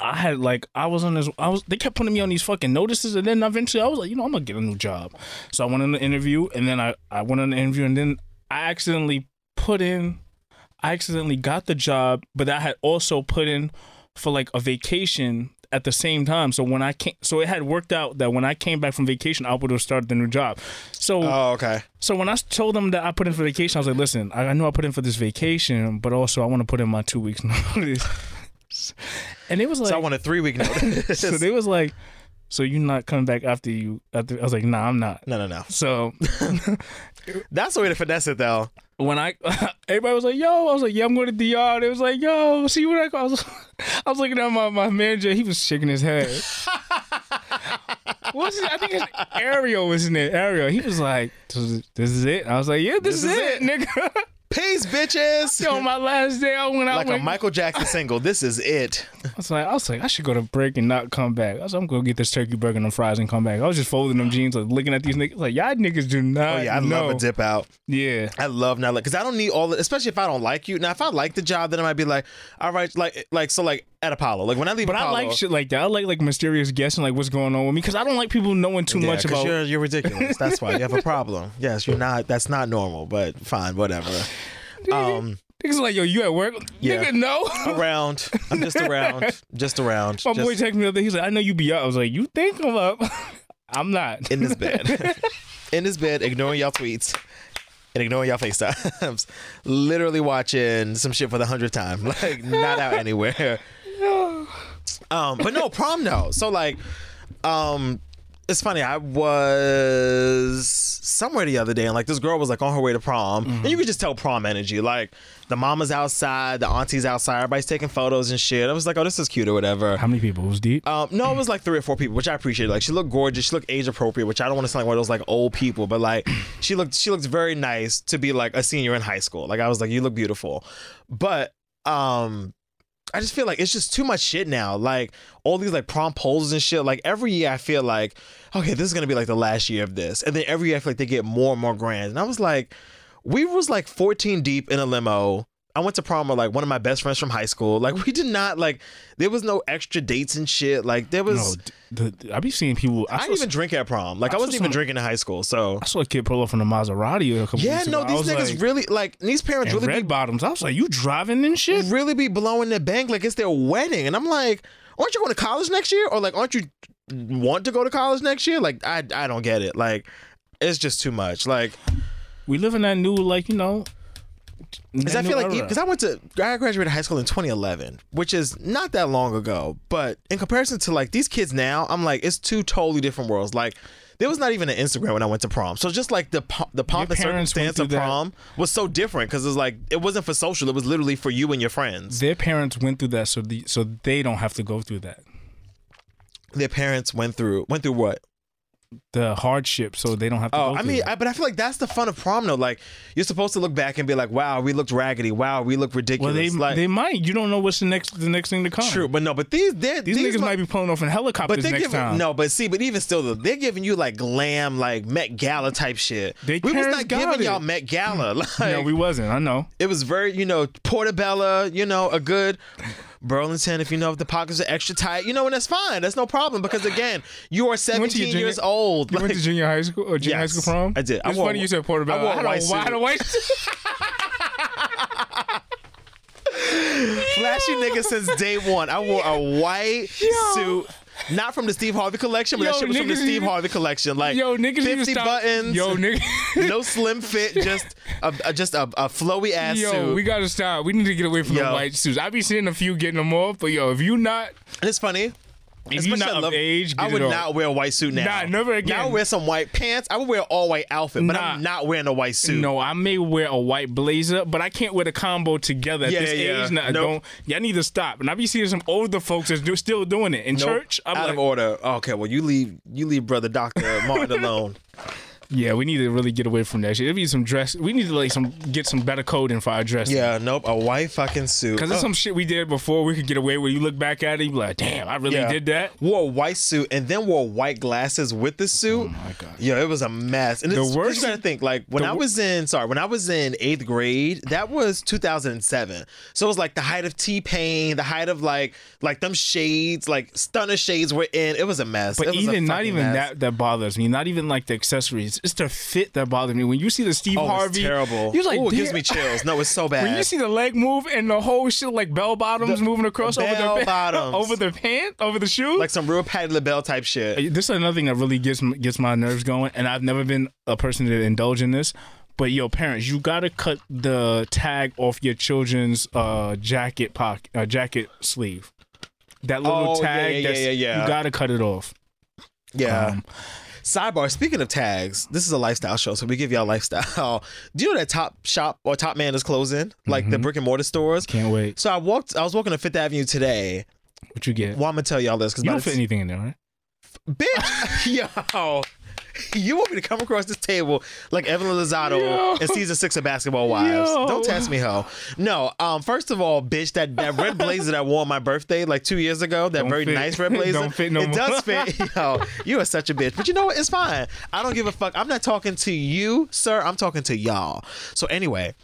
I had like I was on this. I was they kept putting me on these fucking notices, and then eventually I was like, you know, I'm gonna get a new job. So I went on the interview, and then I I went on the interview, and then I accidentally put in. I accidentally got the job, but I had also put in for like a vacation at the same time. So when I came, so it had worked out that when I came back from vacation, I would have started the new job. So Oh, okay. so when I told them that I put in for vacation, I was like, "Listen, I I know I put in for this vacation, but also I want to put in my two weeks notice." and it was like, So I want a three week notice. so they was like, "So you not coming back after you?" After I was like, "Nah, I'm not." no, no, no. So That's the way to finesse it, though. when I, everybody was like, "Yo," I was like, "Yeah, I'm going to DR." They was like, "Yo, see what I?" go?" I was, I was looking at my, my manager. He was shaking his head. What's his, I think it's Ariel, isn't it? Ariel. He was like, "This is it." I was like, "Yeah, this, is, it, nigga." Peace, bitches. Yo, my last day, I went out. like a with- Michael Jackson single. This is it. I was like, I was like, I should go to break and not come back. I was like, I'm gonna get this turkey burger and them fries and come back. I was just folding them jeans, like looking at these niggas, like y'all niggas do not. Oh yeah, I know. love a dip out. Yeah, I love not like because I don't need all, the, especially if I don't like you. Now, if I like the job, then I might be like, all right, like, like so, like at Apollo. Like when I leave But I Apollo, like shit like that. I like like mysterious guessing, like what's going on with me, because I don't like people knowing too Yeah, much 'cause about. you're you're ridiculous. That's why you have a problem. Yes, you're not. That's not normal. But fine, whatever. Um, Niggas like, yo, you at work? Yeah. Nigga, no. around. I'm just around. Just around. My just boy texted me the other day. He's like, I know you be up. I was like, you think I'm up? I'm not. in this bed, in this bed, ignoring y'all tweets and ignoring y'all FaceTimes. Literally watching some shit for the hundredth time. Like not out anywhere. Um, but no prom no. So like, um, it's funny. I was somewhere the other day, and like this girl was like on her way to prom, and you could just tell prom energy. Like the mama's outside, the auntie's outside, everybody's taking photos and shit. I was like, oh, this is cute or whatever. How many people was deep? Um, no, it was like three or four people, which I appreciated. Like she looked gorgeous, she looked age appropriate, which I don't want to sound like one of those like old people, but like she looked she looked very nice to be like a senior in high school. Like I was like, you look beautiful, but um, I just feel like it's just too much shit now. Like all these like prom polls and shit. Like every year I feel like, okay, this is gonna be like the last year of this, and then every year I feel like they get more and more grand. And I was like, we was like 14 deep in a limo. I went to prom with like one of my best friends from high school. Like we did not like there was no extra dates and shit. Like there no, was the, the- I be seeing people. I, I saw, didn't even drink at prom. Like I, I saw wasn't even some- drinking in high school. So I saw a kid pull up from the Maserati a couple yeah, weeks no, ago. I these was niggas like, really like these parents and really red be bottoms. I was like, you driving and shit? really be blowing the bank like it's their wedding. And I'm like, aren't you going to college next year? Or like, aren't you want to go to college next year? Like, I I don't get it. Like, it's just too much. Like, We live in that new, like you know. because I feel like because I went to I graduated high school in 2011, which is not that long ago. But in comparison to like these kids now, I'm like, it's two totally different worlds. Like. There was not even an Instagram when I went to prom, so just like the po- the pomp Your and parents went circumstance of through that- prom was so different because it was like it wasn't for social; it was literally for you and your friends. their parents went through that, so the, so they don't have to go through that. Their parents went through went through what The hardship, so they don't have to. Oh, go I through mean, that. I, but I feel like that's the fun of prom, though. Like, you're supposed to look back and be like, "Wow, we looked raggedy. Wow, we looked well, ridiculous." they like, they might. You don't know what's the next the next thing to come. true, but no, but these they're- These, niggas mo- might be pulling off in but helicopters they're next giving time. no, but see, but even still, though, they're giving you like glam, like Met Gala type shit. They we was parents not got giving it. Mm. y'all Met Gala. Like, no, we wasn't. I know. it was very, you know, Portobello, you know, a good Burlington, if you know, if the pockets are extra tight, you know, and that's fine. That's no problem because, again, you are went to your 17 junior- years old. You went to Like, junior high school or junior Yes, high school prom? I did. It's I wore- funny you said Portobello. I wore a had white suit. wide- a white suit. flashy nigga since day one. I wore a white suit. Not from the Steve Harvey collection, but Yo, that shit was from the niggas Steve even- Harvey collection. Like Yo, niggas need to fifty stop. buttons, Yo, nigga. no slim fit, just a, a just a, a flowy ass Yo, suit. we gotta stop. We need to get away from the Yo. white suits. I be seeing a few getting them off, but yo, if you not, and it's funny. if as you much as not I of love age, get I would it off. not wear a white suit now. Nah, never again. Now I wear some white pants. I would wear an all white outfit, but I'm Nah. not wearing a white suit. No, I may wear a white blazer, but I can't wear the combo together at Yeah, this yeah, age. Nah, nope. don't. Y'all need to stop. And I be seeing some older folks that's do, still doing it in Nope. church. I'm out like, of order. Okay, well you leave you leave brother Doctor Martin alone. yeah, we need to really get away from that shit. It'd be some dress. We need to like some get some better coding for our dress. Yeah, nope, a white fucking suit. Cause there's Oh. some shit we did before we could get away where you look back at it, you be like, damn, I really Yeah. did that. Wore a white suit and then wore white glasses with the suit. Oh my god! Yeah, it was a mess. And the it's, worst- worst. You gotta think like when the I wor- was in sorry when I was in eighth grade. That was 2007. So it was like the height of T Pain, the height of like like them shades, like stunner shades were in. It was a mess. But It was a even not fucking even mess. that that bothers me. Not even like the accessories. It's the fit that bothers me. When you see the Steve Oh, Harvey, it's terrible. You're like, Ooh, it gives damn. me chills. No, it's so bad. When you see the leg move and the whole shit like bell bottoms The moving across over bell the bottoms. over the pant, over the shoe. like some real Patty LaBelle type shit. this is another thing that really gets m- gets my nerves going, and I've never been a person to indulge in this. But yo, parents, you gotta cut the tag off your children's uh, jacket pocket, uh, jacket sleeve. That little Oh, yeah, tag, yeah, that's, yeah, yeah. you gotta cut it off. Yeah. Um, Sidebar. Speaking of tags, this is a lifestyle show, so we give y'all lifestyle. Do you know that Top Shop or Top Man is closing? Like the brick and mortar stores. Mm-hmm. Can't wait. So I walked. I was walking to Fifth Avenue today. What you get? Well, I'm gonna tell y'all this because you don't fit anything in there, right? bitch, yo, you want me to come across this table like Evelyn Lozado Yo. in season six of Basketball Wives? Yo. Don't test me, ho. No. Um. First of all, bitch, that that red blazer that I wore on my birthday like two years ago, that Don't very fit. nice red blazer, Don't fit no it more. does fit. yo, you are such a bitch. But you know what? It's fine. I don't give a fuck. I'm not talking to you, sir. I'm talking to y'all. So anyway.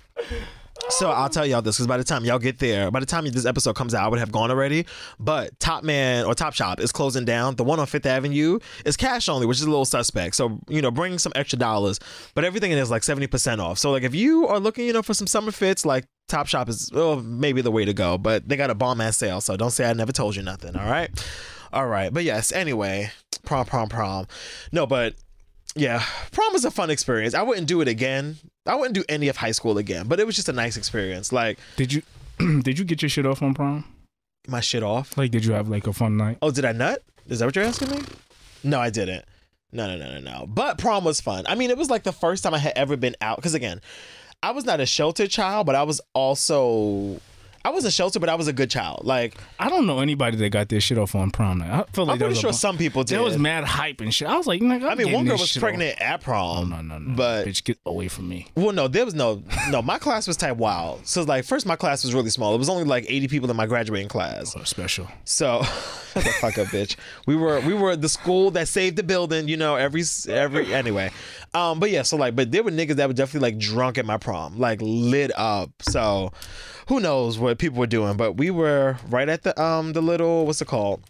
So I'll tell y'all this because by the time y'all get there, by the time this episode comes out, I would have gone already. But Top Man or Top Shop is closing down. The one on Fifth Avenue is cash only, which is a little suspect. So you know, bring some extra dollars. But everything in there is like seventy percent off. So like if you are looking, you know, for some summer fits, like Top Shop is oh, maybe the way to go. But they got a bomb ass sale, so don't say I never told you nothing. All right, all right. But yes, anyway, prom, prom, prom. No, but yeah, prom was a fun experience. I wouldn't do it again. I wouldn't do any of high school again, but it was just a nice experience. Like Did you did you get your shit off on prom? my shit off. Like, did you have like a fun night? Oh, did I nut? Is that what you're asking me? No, I didn't. No, no, no, no, no. But prom was fun. I mean, it was like the first time I had ever been out. Because again, I was not a sheltered child, but I was also I was a shelter, but I was a good child. Like I don't know anybody that got their shit off on prom night. I feel like I'm that pretty was a sure bu- some people did. There was mad hype and shit. I was like, nigga, I'm I mean, getting one girl this was shit pregnant at Off. Oh, prom. no, no, no, But bitch, get away from me. Well, no, there was no, no. My class was type wild. So like, first my class was really small. It was only like eighty people in my graduating class. So special. So, shut the fuck up, bitch. We were we were the school that saved the building. You know, every every anyway. Um, but yeah, so like, but there were niggas that were definitely like drunk at my prom, like lit up. So, who knows what people were doing? But we were right at the um the little what's it called?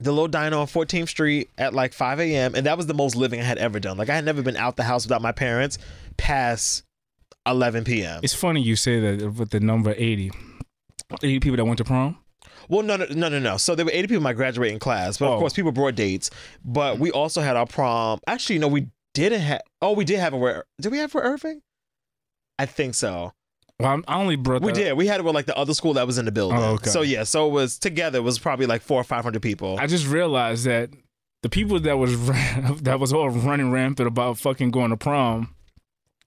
the little diner on 14th Street at like 5 a.m. And that was the most living I had ever done. Like I had never been out the house without my parents past 11 p.m. It's funny you say that with the number 80. 80 people that went to prom. Well, no, no, no, no, no. So there were 80 people in my graduating class, but of Oh. course people brought dates. But we also had our prom. Actually, no, we didn't have. Oh, we did have a where? Did we have for Irving? I think so. Well, I'm, I only brought We that- did. We had it with like the other school that was in the building. Oh, okay. So yeah, so it was together it was probably like four or five hundred people. I just realized that the people that was ra- that was all running rampant about fucking going to prom.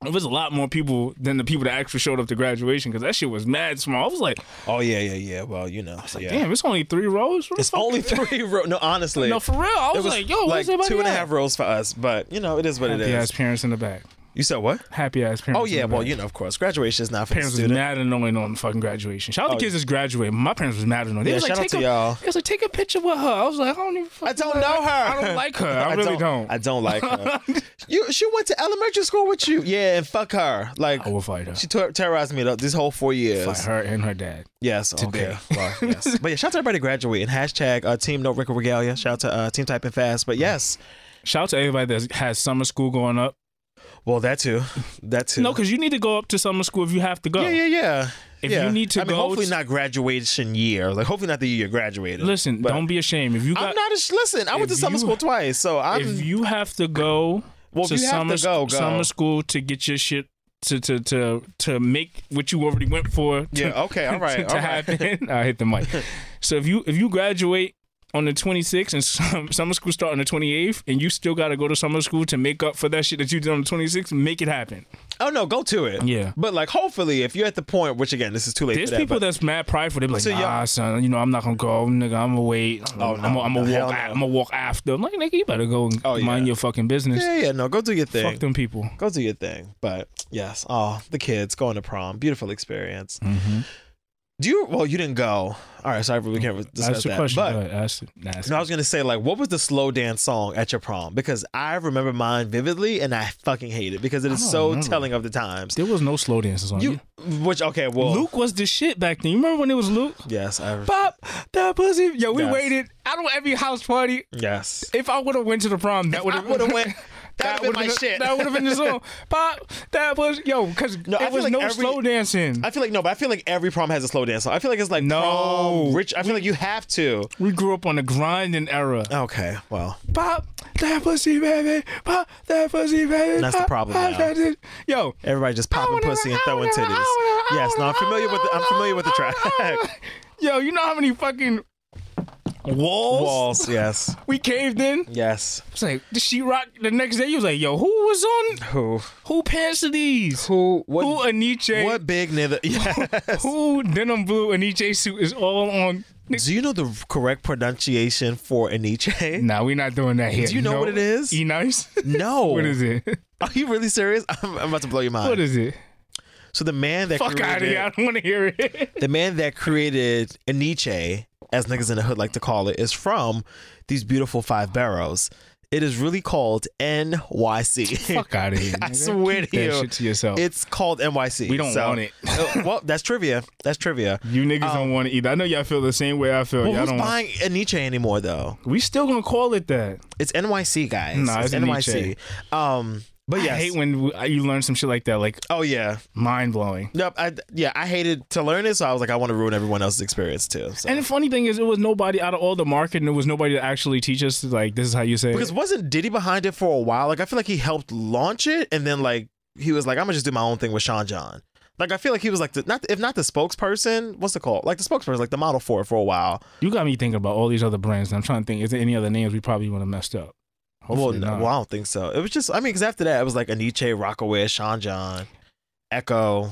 It was a lot more people than the people that actually showed up to graduation because that shit was mad small. I was like, oh yeah, yeah, yeah. Well, you know, yeah. damn, it's only three rows. What the it's fuck only is- three. Ro- no, honestly, No, for real. I was, like, yo, like where's everybody two and a at? half rows for us, but you know, it is what it Happy ass is. parents in the back. You said what? Happy ass parents. Oh yeah, in the well back. you know, of course, graduation is not for parents the was student. mad annoying on fucking graduation. Shout out Oh, to kids that's graduating. My parents was mad annoying. They Yeah, was like, shout out take to a, y'all. They was like, take a picture with her. I was like, I don't even. I fucking don't like know her. I don't like her. I, really don't. I don't like her. you, she went to elementary school with you. Yeah, and fuck her. Like I will fight her. she ter- terrorized me though, this whole four years. Fight her and her dad. Yes. Today. Okay. Well, yes. But yeah, shout out to everybody graduating. Hashtag uh, team no record regalia. Shout out to uh, team typing fast. But yes. Shout out to everybody that has summer school going up. Well, that too. That too. No, because you need to go up to summer school if you have to go. Yeah, yeah, yeah. If Yeah. you need to I mean, go hopefully to- not graduation year. Like, hopefully not the year you graduated. Listen, But don't be ashamed. If you got, I'm not. A, listen, I went to if summer you- school twice, so I'm. if you have to go Well, if to you have summer to go, go. summer school to get your shit to to to to make what you already went for. To, Yeah, okay, all to, right, all right. happen. I hit the mic. So if you if you graduate on the 26th and sum- summer school start on the 28th and you still got to go to summer school to make up for that shit that you did on the 26th, make it happen. oh no, go to it. Yeah. But like, hopefully, if you're at the point, which again, this is too late. There's for that, people but- that's mad prideful. They be like, So y'all- nah, son, you know, I'm not gonna go, nigga. I'm gonna wait. I'm, Oh, oh, no, I'm, gonna no, hell walk. no. I'm gonna walk after. I'm like, nigga, you better go and Oh, yeah. mind your fucking business. Yeah, yeah, no, go do your thing. Fuck them people. Go do your thing. But yes, oh, the kids going to prom, beautiful experience. Mm-hmm. Do you? Well, you didn't go. All right, sorry, we can't discuss Ask your that. question. But Go ahead, ask it. Ask no, I it. was gonna say like, what was the slow dance song at your prom? Because I remember mine vividly, and I fucking hate it because it is don't so remember. telling of the times. There was no slow dances on You, you. which okay, well, Luke was the shit back then. You remember when it was Luke? Yes, I. Pop that pussy. Yo, we Yes. waited. I don't every house party. Yes. If I would have went to the prom, that would I have would've went- that'd've been would've my shit. That would have been the song. Pop that pussy. Yo, because No, I there feel was like no every- slow dancing. I feel like no, but I feel like every prom has a slow dance. song. I feel like it's like No. prom, rich. I feel like you have to. we grew up on a grinding era. Okay, well, pop that pussy, baby. Pop that pussy, baby. That's the Pop problem that now. pussy. Yo, everybody just popping wanna- pussy and I throwing wanna- I titties. wanna- I Yes, no, I'm wanna- familiar with the. I'm familiar with the I wanna- track. yo, you know how many fucking walls, Walls, yes, we caved in? yes. It's like the sheetrock. The next day, you was like, yo, who was on? Who? Who pants are these? Who? Who Aniche? What big nigga? Yes. Who denim blue Aniche suit is all on? Do you know the correct pronunciation for Aniche? Nah, we're not doing that here. Do you know what it is? E nice. No. What is it? Are you really serious? I'm, I'm about to blow your mind. What is it? so the man that Fuck out of created here! I don't want to hear it. the man that created Aniche, as niggas in the hood like to call it, is from these beautiful five barrows. It is really called NYC. Fuck out of here. I nigga. swear Keep to you. That shit to yourself. It's called NYC. We don't so- want it. Uh, well, that's trivia. That's trivia. you niggas don't want to either. I know y'all feel the same way I feel. um, Well, y'all who's don't want. buying Aniche anymore though? We still gonna call it that. It's NYC guys. Nah, it's NYC. Um, but yeah, I hate when w- you learn some shit like that. Like Oh yeah, mind blowing. nope. I yeah, I hated to learn it, so I was like, I want to ruin everyone else's experience too. So. And the funny thing is, it was nobody out of all the market, and it was nobody to actually teach us. Like this is how you say. because it. wasn't Diddy behind it for a while? Like I feel like he helped launch it, and then like he was like, I'm gonna just do my own thing with Sean John. Like I feel like he was like the, not if not the spokesperson, what's it called? Like the spokesperson, like the model for it for a while. you got me thinking about all these other brands. And I'm trying to think. Is there any other names we probably would have messed up? Well, Hopefully no, not. well, I don't think so. It was just I mean, because after that it was like Aniche, Rockaway, Sean John, Echo.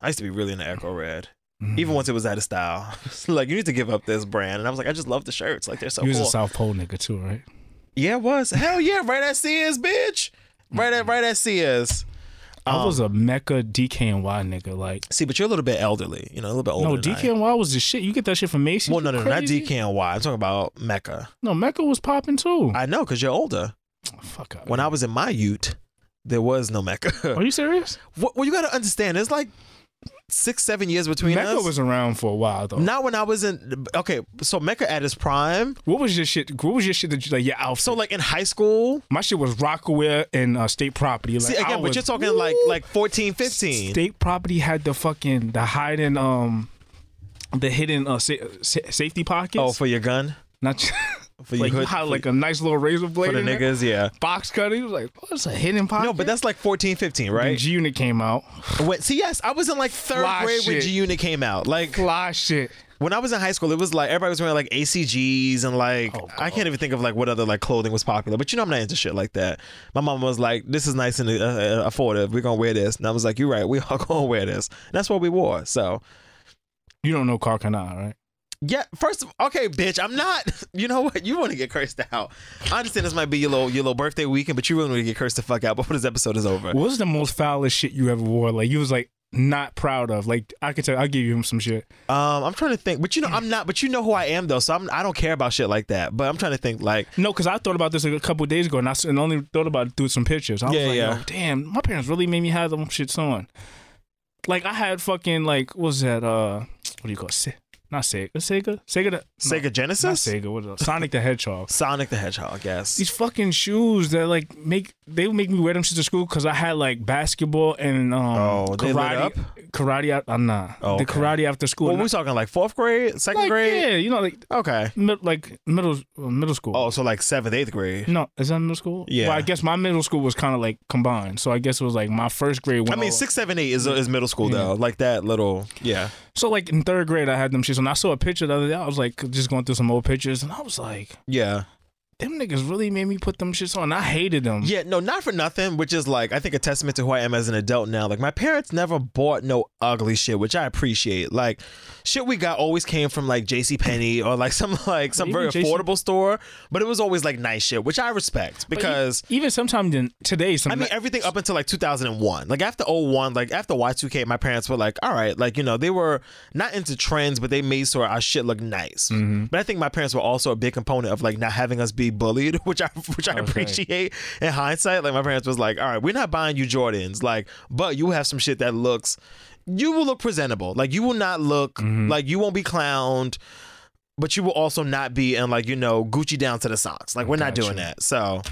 I used to be really into Echo Red. Mm-hmm. Even once it was out of style, like you need to give up this brand, and I was like, I just love the shirts, like they're so He was cool. a South Pole nigga too, right? Yeah, it was. Hell yeah, right at CS, bitch. Right at right at CS. um, I was a Mecca DKNY nigga. Like See, but you're a little bit elderly, you know, a little bit older. no, than I am. DKNY was the shit. You get that shit from Macy's. Well, no, You no, no, not crazy? DKNY. I'm talking about Mecca. No, Mecca was popping too. I know, cause you're older. Fuck up. When I was in my youth, there was no Are Mecca. you serious? well, well, you gotta understand, there's like six, seven years between Mecca us. was around for a while though. not when I was in okay, so Mecca at his prime. what was your shit? What was your shit that you like? Yeah, outfit. So like in high school, my shit was Rockaware and uh, State Property. Like, see I again, was- but you're talking like Woo! like 14, 15. State Property had the fucking the hidden um the hidden uh, sa- sa- safety pockets. oh, for your gun? not For your like you hood- had for- like a nice little razor blade For the in there. niggas, yeah. box cutter. He was like, oh, it's a hidden pocket. No, but that's like 14, 15, right? G Unit came out. When, see, yes, I was in like third Fly grade when shit. G Unit came out. Like Fly shit. when I was in high school, it was like everybody was wearing like ACGs and like I can't even think of like what other like clothing was popular. But you know, I'm not into shit like that. My mom was like, "This is nice and uh, uh, affordable. We're gonna wear this." And I was like, "You're right. We all gonna wear this." And that's what we wore. So You don't know Carcana, right? yeah, first of- okay, bitch, I'm not. You know what? You want to get cursed out? I understand this might be your little your little birthday weekend, but you really want to get cursed the fuck out before this episode is over. What was the most foulest shit you ever wore? Like you was like not proud of. Like I could tell. I'll give you him some shit. Um, I'm trying to think, but you know, I'm not. But you know who I am though, so I'm. I don't care about shit like that. But I'm trying to think, like, No, because I thought about this a couple days ago, and I s- and only thought about it through some pictures. I was Yeah, like, yeah. "Yo, damn, my parents really made me have them shits on. Like I had fucking like what was that? Uh, what do you call it? Se- not Sega, Sega, Sega, the, Sega no, not Genesis, Sega. What else? Sonic the Hedgehog. Sonic the Hedgehog. Yes. These fucking shoes that like make they would make me wear them shit to school because I had like basketball and um Oh, they karate, lit up? karate. out- I'm not Oh, the okay. karate after school. Well, And we're talking like fourth grade, I- second like, grade. Yeah, you know, like Okay. mid, like middle uh, middle school. Oh, so like seventh, eighth grade. No, is that middle school? Yeah. Well, I guess my middle school was kind of like combined. So I guess it was like my first grade. Went I mean, all- six, seven, eight is is middle school Mm. though. Like that little, yeah. So like in third grade, I had them shits, and I saw a picture the other day. I was like just going through some old pictures, and I was like, Yeah. them niggas really made me put them shits on. I hated them. Yeah, no, not for nothing, which is like I think a testament to who I am as an adult now. Like my parents never bought no ugly shit, which I appreciate. Like shit we got always came from like JC Penney or like some like some Even very JC affordable store, but it was always like nice shit, which I respect But e- because even sometimes in today, some I mean everything up until like 2001. Like after 01, like after Y2K, my parents were like, "All right, like you know, they were not into trends, but they made sure our shit looked nice." But I think my parents were also a big component of like not having us be bullied, which I which I appreciate in hindsight. Like my parents was like, "All right, we're not buying you Jordans, like, but you have some shit that looks you will look presentable. Like you will not look like you won't be clowned." But you will also not be in like you know Gucci down to the socks. Like we're not doing that. So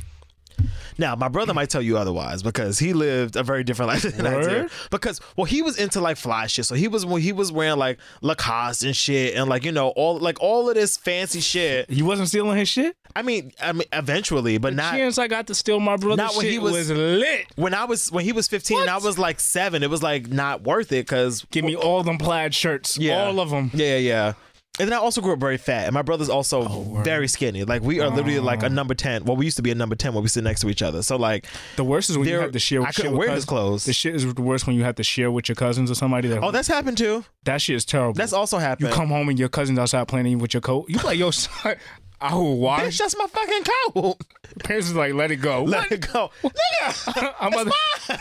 now, my brother might tell you otherwise because he lived a very different life than I did. Word? Because well, he was into like fly shit, so he was when he was wearing like Lacoste and shit, and like you know all like all of this fancy shit. you wasn't stealing his shit. I mean, I mean, eventually, but not Chance I got to steal my brother's Not when shit he was- was, lit. when I was when he was fifteen and I was like seven. It was like not worth it because Give me all them plaid shirts, Yeah. all of them. Yeah, yeah, yeah. Oh, And then I also grew up very fat, and my brother's also very skinny. Like we are literally like a number ten. Well, we used to be a number ten when we sit next to each other. So like, The worst is when you There- have to share. I shit couldn't with wear his cousins. clothes. The shit is the worst when you have to share with your cousins or somebody. That, oh, that's happened too. that shit is terrible. That's also You happened. come home and your cousin's outside playing with your coat. You be like, yo, son, I will It's wash. just my fucking coat. Parents is like, let it go. Let it go. Nigga, I'm about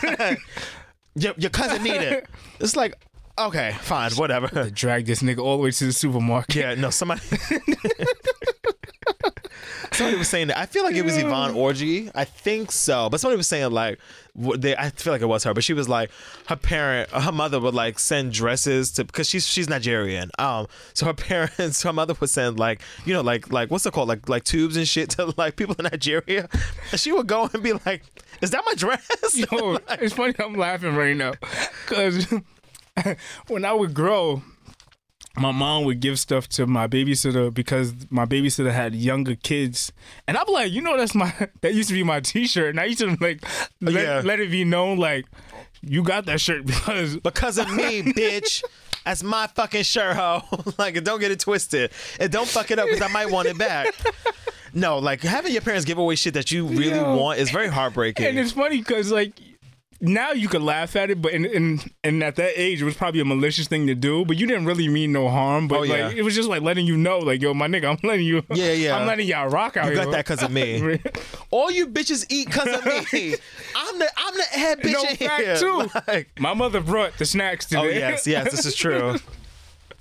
to your, your cousin need it. It's like, okay, fine, whatever. drag this nigga all the way to the supermarket. Yeah, no, somebody. somebody was saying that. I feel like it was Yvonne Orgy. I think so. But somebody was saying like, wh- they, I feel like it was her. But she was like, her parent, her mother would like send dresses to because she's she's Nigerian. Um, so her parents, her mother would send like, you know, like like what's it called, like like tubes and shit to like people in Nigeria. And she would go and be like, is that my dress? Yo, Oh, it's funny I'm laughing right now because when I would grow, my mom would give stuff to my babysitter because my babysitter had younger kids, and I'm like, you know, that's my that used to be my T-shirt, and I used to like let, Oh, Yeah. let it be known like you got that shirt because because of me, bitch. That's my fucking shirt, ho. like, don't get it twisted, and don't fuck it up because I might want it back. No, like having your parents give away shit that you really Yo. want is very heartbreaking. And it's funny because like now you could laugh at it, but in, in and at that age it was probably a malicious thing to do, but you didn't really mean no harm. But Oh, yeah. like it was just like letting you know, like yo, my nigga, I'm letting you, Yeah, yeah. I'm letting y'all rock out. you got here. that because of me. All you bitches eat because of me. I'm the I'm the head bitch no in fact here. too. Like, my mother brought the snacks today. oh yes, yes, this is true.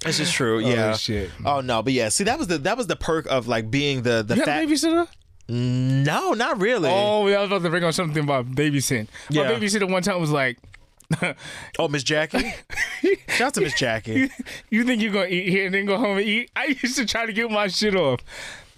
This is true. Yeah. shit. Oh no, but yeah. See, that was the that was the perk of like being the the You fat. had a babysitter? No, not really. Oh, yeah, I was about to bring on something about babysitting. Yeah. My babysitter one time was like, oh Miss Jackie. Shout out to Miss Jackie. "You think you're gonna eat here and then go home and eat?" I used to try to get my shit off.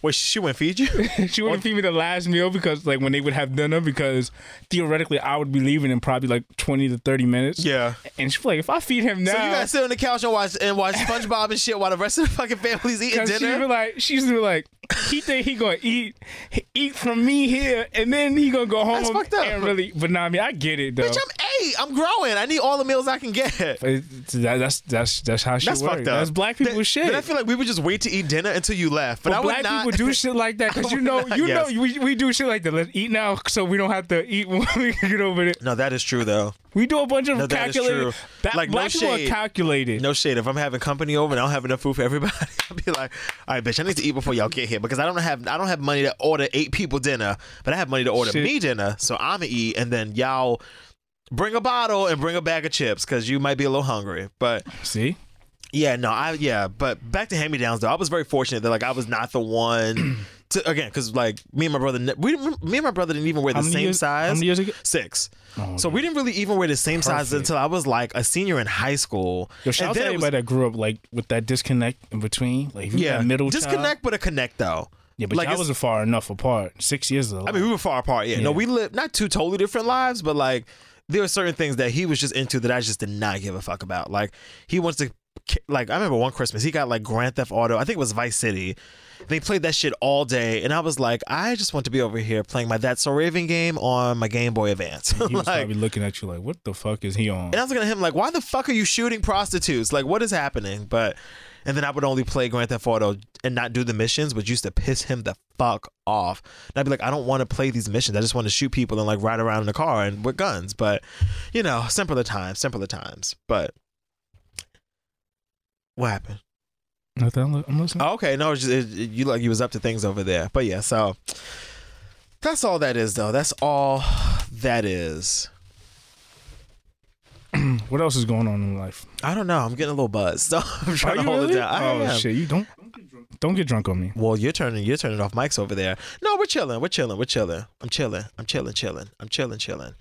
Wait, she went feed you? She wouldn't feed me the last meal because, like, when they would have dinner, because theoretically I would be leaving in probably like twenty to thirty minutes. Yeah. and she's like, if I feed him now, So you gotta sit on the couch and watch and watch SpongeBob and shit while the rest of the fucking family's eating 'Cause she dinner. be like, she used to be like, he think he gonna eat, he- eat from me here, and then he gonna go home That's fucked up. and really. But nah, I mean, I get it though. Bitch, I'm eight. I'm growing. I need all the meals I can get. It's- that- that's that's that's how shit That's works. fucked up. That's black Then- people shit. Then I feel like we would just wait to eat dinner until you left. But, I but would black not. people do shit like that because you would know not- you yes. know we, we do shit like that. Let's eat now so we don't have to eat when we get over there. no, that is true though. We do a bunch of No, that is calculated. true. That, Like, no black people shade. are calculated. No shade. If I'm having company over and I don't have enough food for everybody, I'll be like, all right, bitch, I need to eat before y'all get here because I don't have I don't have money to order eight people dinner, but I have money to order Shit. me dinner. So I'ma eat and then y'all bring a bottle and bring a bag of chips because you might be a little hungry. But See, Yeah, no, I yeah, but back to hand me downs though. I was very fortunate that like I was not the one to again because like me and my brother, ne- we didn't- me and my brother didn't even wear How the many same years- size. how many years ago? Oh, Six. so we didn't really even wear the same size until I was like a senior in high school. yo, shout out And to then it was- everybody that grew up like with that disconnect in between. Like, if you yeah, got middle child- disconnect, but a connect though. Yeah, but like y'all it's- wasn't far enough apart. Six years ago. I mean, we were far apart. Yeah. No, Yeah. we lived not two totally different lives, but like there were certain things that he was just into that I just did not give a fuck about. Like he wants to, like I remember one Christmas he got like Grand Theft Auto. I think it was Vice City. They played that shit all day, and I was like, I just want to be over here playing my That's So Raven game on my Game Boy Advance. he was like, probably looking at you like, "What the fuck is he on?" and I was looking at him like, why the fuck are you shooting prostitutes? Like, what is happening? But, and then I would only play Grand Theft Auto and not do the missions, which used to piss him the fuck off. And I'd be like, I don't want to play these missions. I just want to shoot people and like ride around in the car and with guns. But, you know, simpler times, simpler times. But, what happened? Nothing. I'm- I'm listening. Oh, okay, no, it's just, it, it- you like you was up to things over there. But yeah, so that's all that is though. That's all that is. Oh. What else is going on in life? I don't know. I'm getting a little buzzed, so I'm trying to you hold really? it down. I oh am. shit! You don't don't get drunk- don't get drunk on me. Well, you're turning you're turning off mics over there. No, we're chilling. We're chilling. We're chilling. I'm chilling. I'm chilling. Chilling. I'm chilling. Chilling.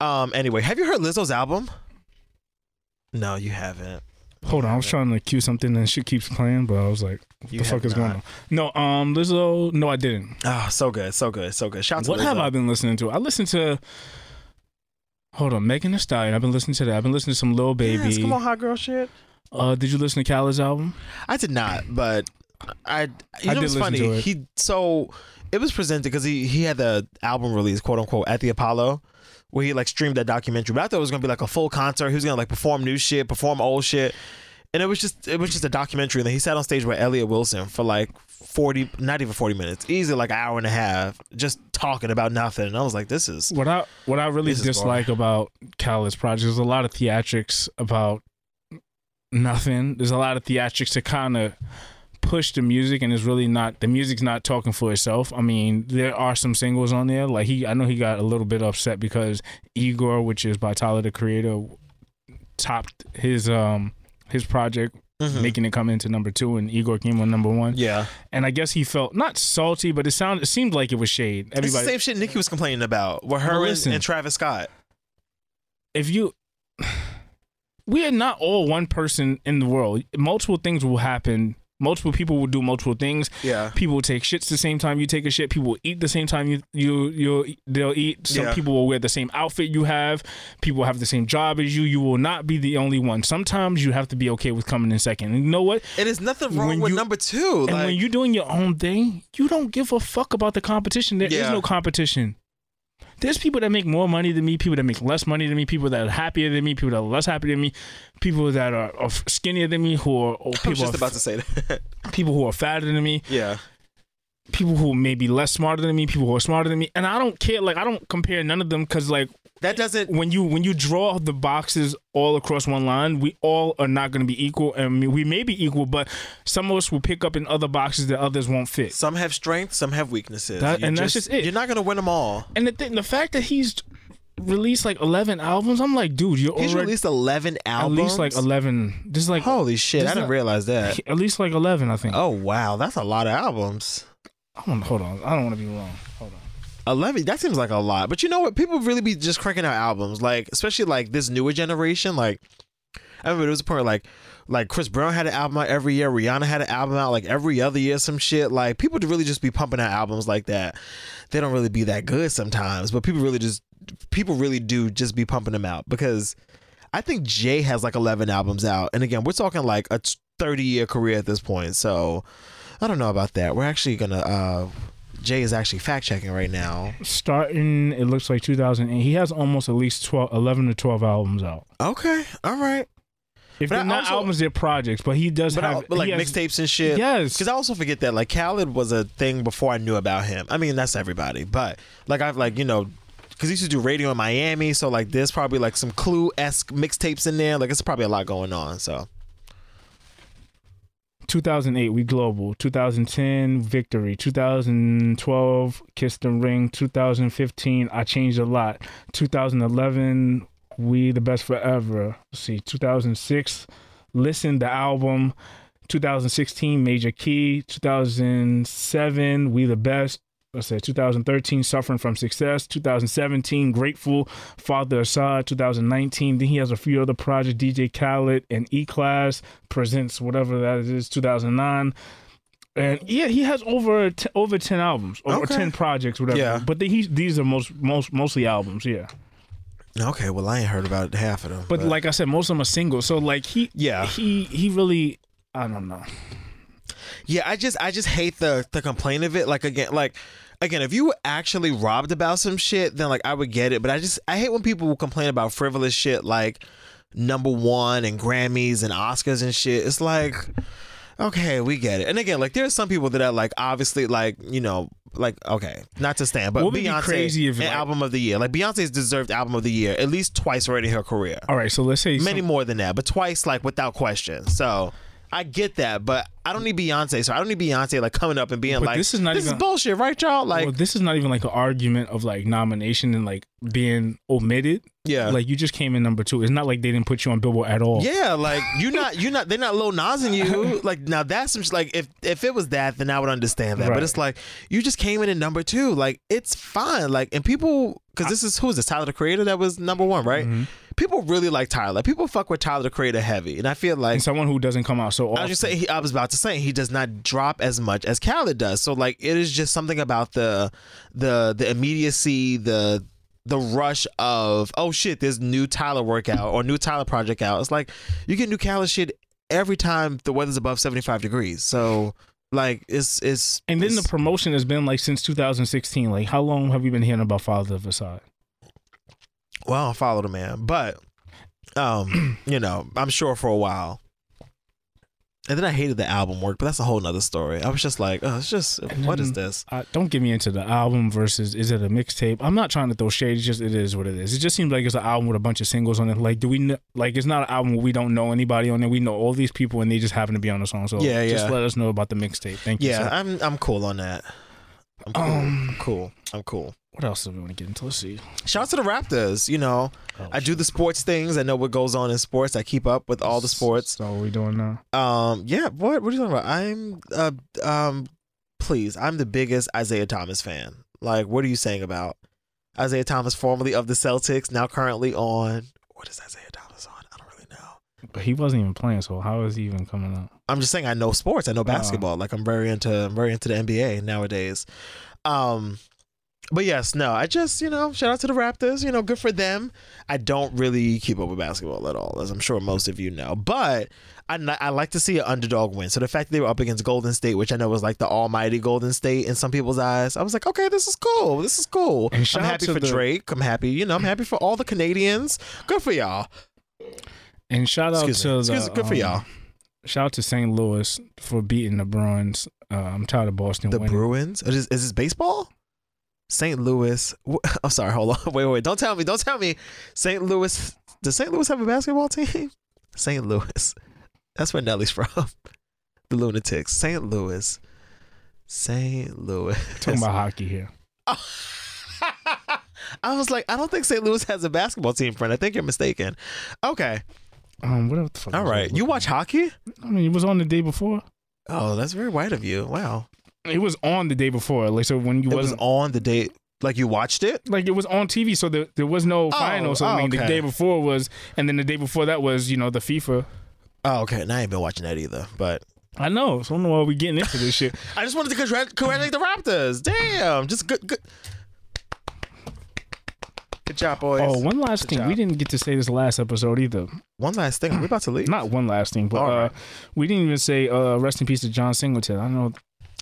Um. Anyway, have you heard Lizzo's album? No, you haven't. Hold on, I was trying to cue something and shit keeps playing, but I was like, "What You the fuck have is going on?" not. No, um, Lizzo. No, I didn't. Oh, so good. So good. So good. Shout out to What Lizzo. have I been listening to? I listened to. Hold on, Megan Thee Stallion. I've been listening to that. I've been listening to some Lil Baby. Yes, come on, hot girl shit. Uh, did you listen to Khaled's album? I did not, but I. You I know did what's listen funny? to it. He so it was presented because he he had the album release, quote unquote, at the Apollo. Where he like streamed that documentary, but I thought it was gonna be like a full concert. He was gonna like perform new shit, perform old shit, and it was just it was just a documentary. And then he sat on stage with Elliot Wilson for like forty, not even forty minutes, easily like an hour and a half, just talking about nothing. And I was like, this is What I what I really This is dislike about Khaled's project is a lot of theatrics about nothing. There's a lot of theatrics to kind of push the music, and it's really not the music's not talking for itself. I mean, there are some singles on there. Like he, I know he got a little bit upset because Igor, which is by Tyler the Creator, topped his um his project making it come into number two, and Igor came on number one. Mm-hmm. Yeah. and I guess he felt not salty, but it sounded it seemed like it was shade. It's the Everybody, same shit Nikki was complaining about with her Well, and, listen. and Travis Scott. if you we are not all one person in the world multiple things will happen multiple people will do multiple things Yeah. people will take shits the same time you take a shit people will eat the same time you you you'll, they'll eat some Yeah. people will wear the same outfit you have people have the same job as you you will not be the only one sometimes you have to be okay with coming in second and you know what And there's nothing wrong When with you- number two. and like, when you're doing your own thing, you don't give a fuck about the competition. There is Yeah. no competition. There's people that make more money than me, people that make less money than me, people that are happier than me, people that are less happy than me, people that are, are skinnier than me, who are or I was people just are- about to say that. people who are fatter than me, yeah. people who may be less smarter than me, people who are smarter than me, and I don't care. Like I don't compare none of them because like That doesn't. when you when you draw the boxes all across one line, we all are not going to be equal, and we may be equal, but some of us will pick up in other boxes that others won't fit. Some have strength, some have weaknesses. That- You and that's just it. You're not gonna win them all. And the thing, the fact that he's released like eleven albums, I'm like, dude, you're He's already released 11 at albums. least like eleven. This is like Holy shit! this I is didn't not- realize that. At least like eleven, I think. Oh wow, that's a lot of albums. I don't, hold on, I don't want to be wrong. Hold on. Eleven. That seems like a lot, but you know what? People really be just cranking out albums, like especially like this newer generation. Like, I remember there was a point where, like, like Chris Brown had an album out every year. Rihanna had an album out like every other year. Some shit. Like people to really just be pumping out albums like that. They don't really be that good sometimes, but people really just people really do just be pumping them out because I think Jay has like eleven albums out, and again, we're talking like a thirty year career at this point. So I don't know about that. We're actually gonna. uh Jay is actually fact checking right now. Starting, it looks like 2008. He has almost at least 12, 11 to 12 albums out. Okay, all right. If But they're I not also- albums, they're projects. But he does But, I, have but like he has- mixtapes and shit. Yes. Because I also forget that like Khaled was a thing before I knew about him. I mean, that's everybody. But like I've like you know, because he used to do radio in Miami, so like there's probably like some Clue esque mixtapes in there. Like it's probably a lot going on. So 2008 we global 2010 victory 2012 kiss the ring 2015 i changed a lot 2011 we the best forever Let's see 2006 listen the album 2016 major key 2007 we the best Let's say 2013, Suffering from Success. 2017, Grateful, Father Assad. 2019, then he has a few other projects, DJ Khaled and E Class Presents, whatever that is, 2009. And yeah, he has over t- over 10 albums, over Okay. 10 projects, whatever. Yeah. But then he, these are most, most mostly albums, yeah. okay, well I ain't heard about half of them. But, like I said, most of them are single. So like he, Yeah. he, he really, I don't know. Yeah, I just I just hate the the complaint of it. Like again, like again, if you were actually robbed about some shit, then like I would get it. But I just I hate when people will complain about frivolous shit like number one and Grammys and Oscars and shit. It's like okay, we get it. And again, like there's some people that are like obviously like you know like okay, not to stand, but What would be Beyonce crazy if, an like- album of the year. Like Beyonce's deserved album of the year at least twice already in her career All right. So let's say many more than that, but twice, like without question. So I get that, but I don't need Beyonce. So I don't need Beyonce like coming up and being But like, this is not even- bullshit, right, y'all?" Like, well, this is not even like an argument of like nomination and like being omitted. Yeah. Like you just came in number two. It's not like they didn't put you on Billboard at all. yeah, like you're not, you're not, they're not low nosing you. Like now, that's some sh- like if if it was that, then I would understand that. Right. But it's like you just came in at number two. Like it's fine. Like and people, because this is who is this Tyler the Creator that was number one, right? Mm-hmm. People really like Tyler. People fuck with Tyler the Creator heavy, and I feel like And someone who doesn't come out so often. I was just saying. He, I was about to say he does not drop as much as Khaled does. So like, it is just something about the the the immediacy, the the rush of oh shit, there's new Tyler workout or new Tyler project out. It's like you get new Khaled shit every time the weather's above seventy five degrees. So like, it's it's and then the it's- promotion has been like since 2016. Like how long have we been hearing about Father of Assad? well, I don't follow the man, but um, you know, I'm sure for a while. And then I hated the album work, but that's a whole nother story. I was just like, oh, it's just what is this? I, Mm-hmm. Uh, don't get me into the album versus is it a mixtape? I'm not trying to throw shade. It's just it is what it is. It just seems like it's an album with a bunch of singles on it. Like do we kn- like it's not an album where we don't know anybody on it. We know all these people and they just happen to be on the song. So Yeah, just yeah. let us know about the mixtape. Thank you. sir. Yeah, I'm I'm cool on that. I'm cool. I'm cool. I'm cool. What else do we want to get into? Let's see. Shout out to the Raptors. You know, I do the sports things. I know what goes on in sports. I keep up with all the sports. So what are we doing now? Um, yeah. What? What are you talking about? I'm uh, um, please. I'm the biggest Isaiah Thomas fan. Like, what are you saying about Isaiah Thomas, formerly of the Celtics, now currently on? What is Isaiah Thomas on? I don't really know. But he wasn't even playing, so how is he even coming up? I'm just saying I know sports. I know Uh-huh. basketball. Like I'm very into I'm very into the NBA nowadays. Um but yes, no, I just, you know, shout out to the Raptors, you know, good for them. I don't really keep up with basketball at all, as I'm sure most of you know. But I, n- I like to see an underdog win. So the fact that they were up against Golden State, which I know was like the almighty Golden State in some people's eyes, I was like, okay, this is cool. This is cool. And shout I'm out happy to for the- Drake. I'm happy, you know, I'm happy for all the Canadians. Good for y'all. And shout out Excuse to me. the Excuse Good for um, y'all. Shout out to St. Louis for beating the Bruins. Uh, I'm tired of Boston The winning. Bruins? Is this, is this baseball? St. Louis. wh- I'm sorry. Hold on. Wait, wait. Don't tell me. Don't tell me. St. Louis. Does St. Louis have a basketball team? St. Louis. That's where Nelly's from. The Lunatics. St. Louis. St. Louis. Talking about hockey here. I was like, I don't think St. Louis has a basketball team, friend. I think you're mistaken. Okay. Um, what the fuck? All was I right. You looking- watch hockey? I mean, it was on the day before. Oh, that's very white of you. Wow. It was on the day before. Like so, when you It was wasn't on the date. Like you watched it? like it was on TV, so there, there was no final. So oh, I mean, the okay. day before was, and then the day before that was, you know, the FIFA. Oh, okay. And I ain't been watching that either, but I know. So I don't know why we getting into this shit. I just wanted to congrat- congratulate the Raptors. Damn, just good, good, good job, boys. Oh, one last thing. We job. didn't get to say this last episode either. one last thing. We're about to leave. Not one last thing, but All uh, right. we didn't even say uh, rest in peace to John Singleton. I know.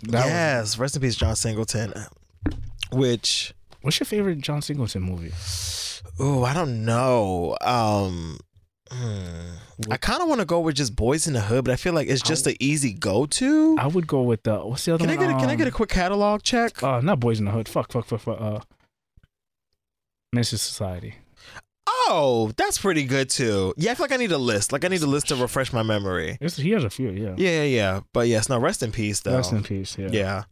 That was, yes, rest in peace, John Singleton. Which, what's your favorite John Singleton movie? oh, I don't know. Um, hmm. I kind of want to go with just Boys in the Hood, but I feel like it's just an easy go-to. I would go with uh, what's the other Can I one? get a, can I Um, get a quick catalog check? Uh, not Boys in the Hood. Fuck, fuck, fuck, fuck. Uh, Minister Society. Oh, that's pretty good too. Yeah, I feel like I need a list. Like I need a list to refresh my memory. It's, he has a few, yeah. Yeah, yeah, yeah. But yes, no, rest in peace though. Rest in peace. Yeah. yeah.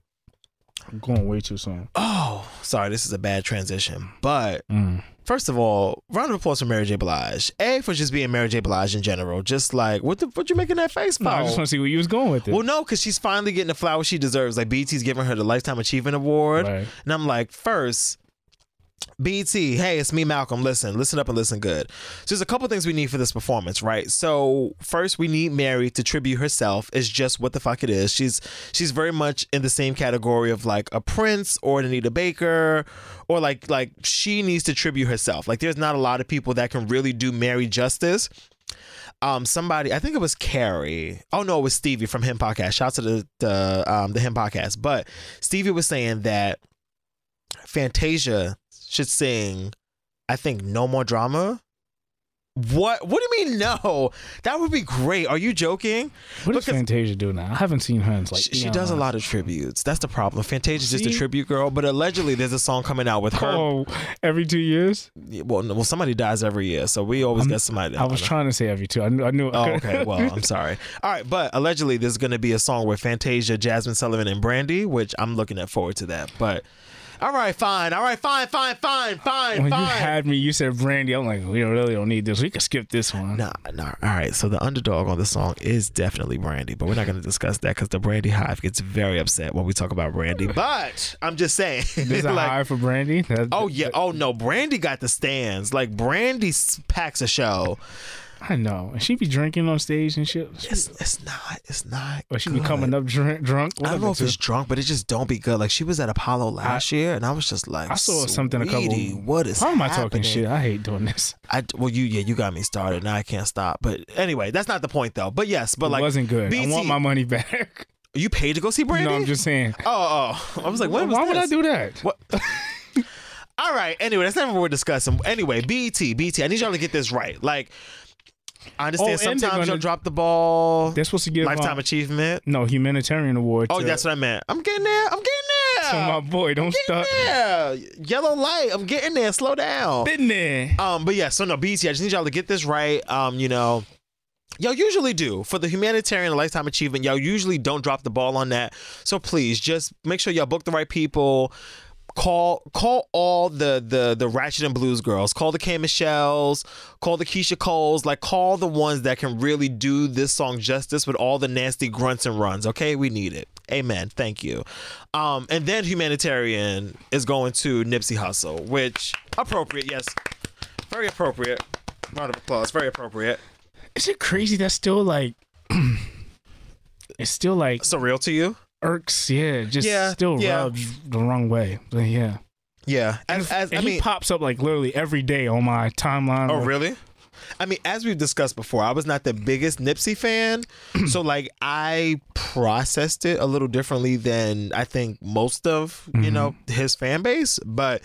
I'm going way too soon. Oh, sorry, this is a bad transition. But Mm. first of all, round of applause for Mary J. Blige. A for just being Mary J. Blige in general. Just like what the what you making that face No, for? I just want to see where you was going with it. Oh. well, no, because she's finally getting the flower she deserves. Like BT's giving her the Lifetime Achievement Award, Right. and I'm like, first. BT, hey, it's me, Malcolm. Listen, listen up and listen good. So there's a couple things we need for this performance, right? So first, we need Mary to tribute herself as just what the fuck it is. She's she's very much in the same category of like a Prince or an Anita Baker, or like like she needs to tribute herself. Like there's not a lot of people that can really do Mary justice. Um, somebody, I think it was Carrie. Oh no, it was Stevie from Him Podcast. Shout out to the the um the Him Podcast. But Stevie was saying that Fantasia should sing, I think, No More Drama. What what do you mean no? That would be great. Are you joking? What does because- Fantasia do now? I haven't seen her in like. she, she does a eons. lot of tributes. That's the problem. Fantasia's just a See? tribute girl, but allegedly there's a song coming out with her. Oh, every two years. Well, no, well somebody dies every year, so we always get somebody. that- I was trying to say every two. I knew. I knew. Oh, okay. Well, I'm sorry. All right, but allegedly there's going to be a song with Fantasia, Jasmine Sullivan, and Brandy, which I'm looking at forward to that. But all right, fine. All right, fine, fine, fine, fine, when fine. you had me, you said Brandy. I'm like, we really don't need this. We can skip this one. Nah, nah. All right. So the underdog on the song is definitely Brandy, but we're not going to discuss that because the Brandy Hive gets very upset when we talk about Brandy. But I'm just saying, This is a hire for Brandy. That- oh yeah, oh no, Brandy got the stands. Like Brandy s- packs a show. I know. And she be drinking on stage and shit. She- It's, it's not. It's not. Or she good. be coming up drunk. drunk I don't whatever know if to- it's drunk, but it just don't be good. Like she was at Apollo last year, and I was just like, I saw something a couple. "Sweetie, What is? Why am I happening?" talking shit? I hate doing this. I well, you yeah, you got me started. Now I can't stop. But anyway, that's not the point though. But yes, but It like wasn't good. BT, I want my money back. you paid to go see Brandy. no, I'm just saying. Oh, oh. I was like, when was Why would I this? do that? What? All right. Anyway, that's not what we're discussing. Anyway, E BT, BT. I need y'all to get this right. Like, I Oh, understand and they're sometimes y'all gonna- drop the ball. They're supposed to give lifetime um, achievement. no humanitarian award. Oh, to, that's what I meant. I'm getting there. I'm getting there. to my boy. Don't I'm stop. getting there. Yellow light. I'm getting there. Slow down. Been there. Um, but yeah, so no, BT, I just need y'all to get this right. Um, you know, y'all usually do for the humanitarian and lifetime achievement. Y'all usually don't drop the ball on that. So please, just make sure y'all book the right people. Call call all the the the Ratchet and Blues girls. Call the K Michelles. Call the Keisha Coles. Like call the ones that can really do this song justice with all the nasty grunts and runs. Okay, we need it. Amen. Thank you. Um, and then humanitarian is going to Nipsey Hussle, which appropriate. Yes, very appropriate. Round of applause. Very appropriate. Is it crazy that's still like it's still like Surreal to you? irks, yeah, just Yeah, still yeah. rubs the wrong way. But yeah. Yeah. As, as And I he mean, pops up like literally every day on my timeline. Oh, or- really? I mean, as we've discussed before, I was not the biggest Nipsey fan. so, like, I processed it a little differently than I think most of, Mm-hmm. you know, his fan base. But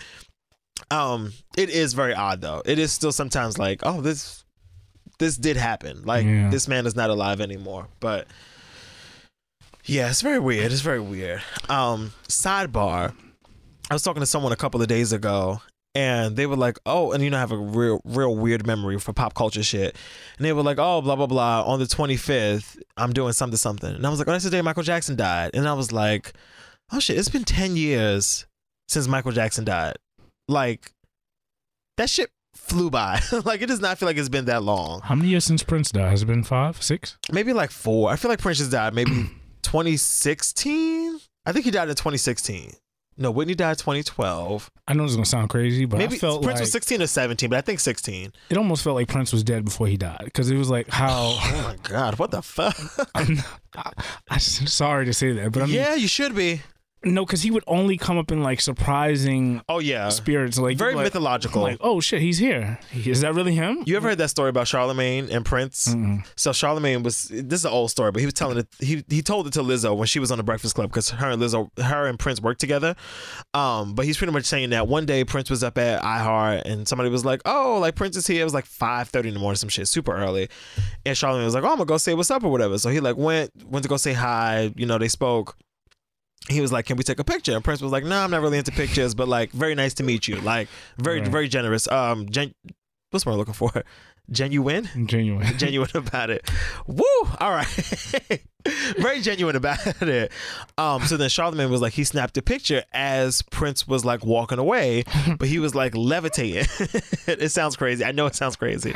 um it is very odd, though. It is still sometimes like, oh, this. This did happen. Like Yeah. this man is not alive anymore. But yeah, it's very weird. It's very weird. Um, sidebar. I was talking to someone a couple of days ago, and they were like, "Oh," and you know, I have a real, real weird memory for pop culture shit. And they were like, "Oh, blah blah blah." On the twenty fifth, I'm doing something something, and I was like, "Oh, that's the day Michael Jackson died." And I was like, "Oh shit, it's been ten years since Michael Jackson died. Like, that shit flew by. like, it does not feel like it's been that long. How many years since Prince died? Has it been five, six? Maybe like four. I feel like Prince just died maybe 2016. I think he died in 2016." No, Whitney died 2012. I know this is gonna sound crazy, but Maybe I felt Prince like was 16 or 17, but I think 16. it almost felt like Prince was dead before he died because it was like how. Oh my God, what the fuck? I'm, I, am sorry to say that, but I mean, yeah, you should be. no, because he would only come up in like surprising Oh yeah, spirits, like very like, mythological. Like, oh shit, he's here. Is that really him? you ever heard that story about Charlemagne and Prince? So Charlemagne was this is an old story, but he was telling it. He he told it to Lizzo when she was on the Breakfast Club because her and Lizzo, her and Prince worked together. Um, but he's pretty much saying that one day Prince was up at iHeart and somebody was like, "Oh, like Prince is here." It was like five thirty in the morning, some shit, super early. And Charlemagne was like, "Oh, I'm gonna go say what's up or whatever." So he like went went to go say hi. You know, they spoke. he was like, "Can we take a picture?" And Prince was like, "No, I'm not really into pictures, but like, very nice to meet you. Like, very, Right. very generous. Um, gen- what's what I'm looking for? Genuine, Genuine. genuine about it. Woo! All right, very genuine about it. Um, so then Charlemagne was like, he snapped a picture as Prince was like walking away, but he was like levitating. it sounds crazy. I know it sounds crazy.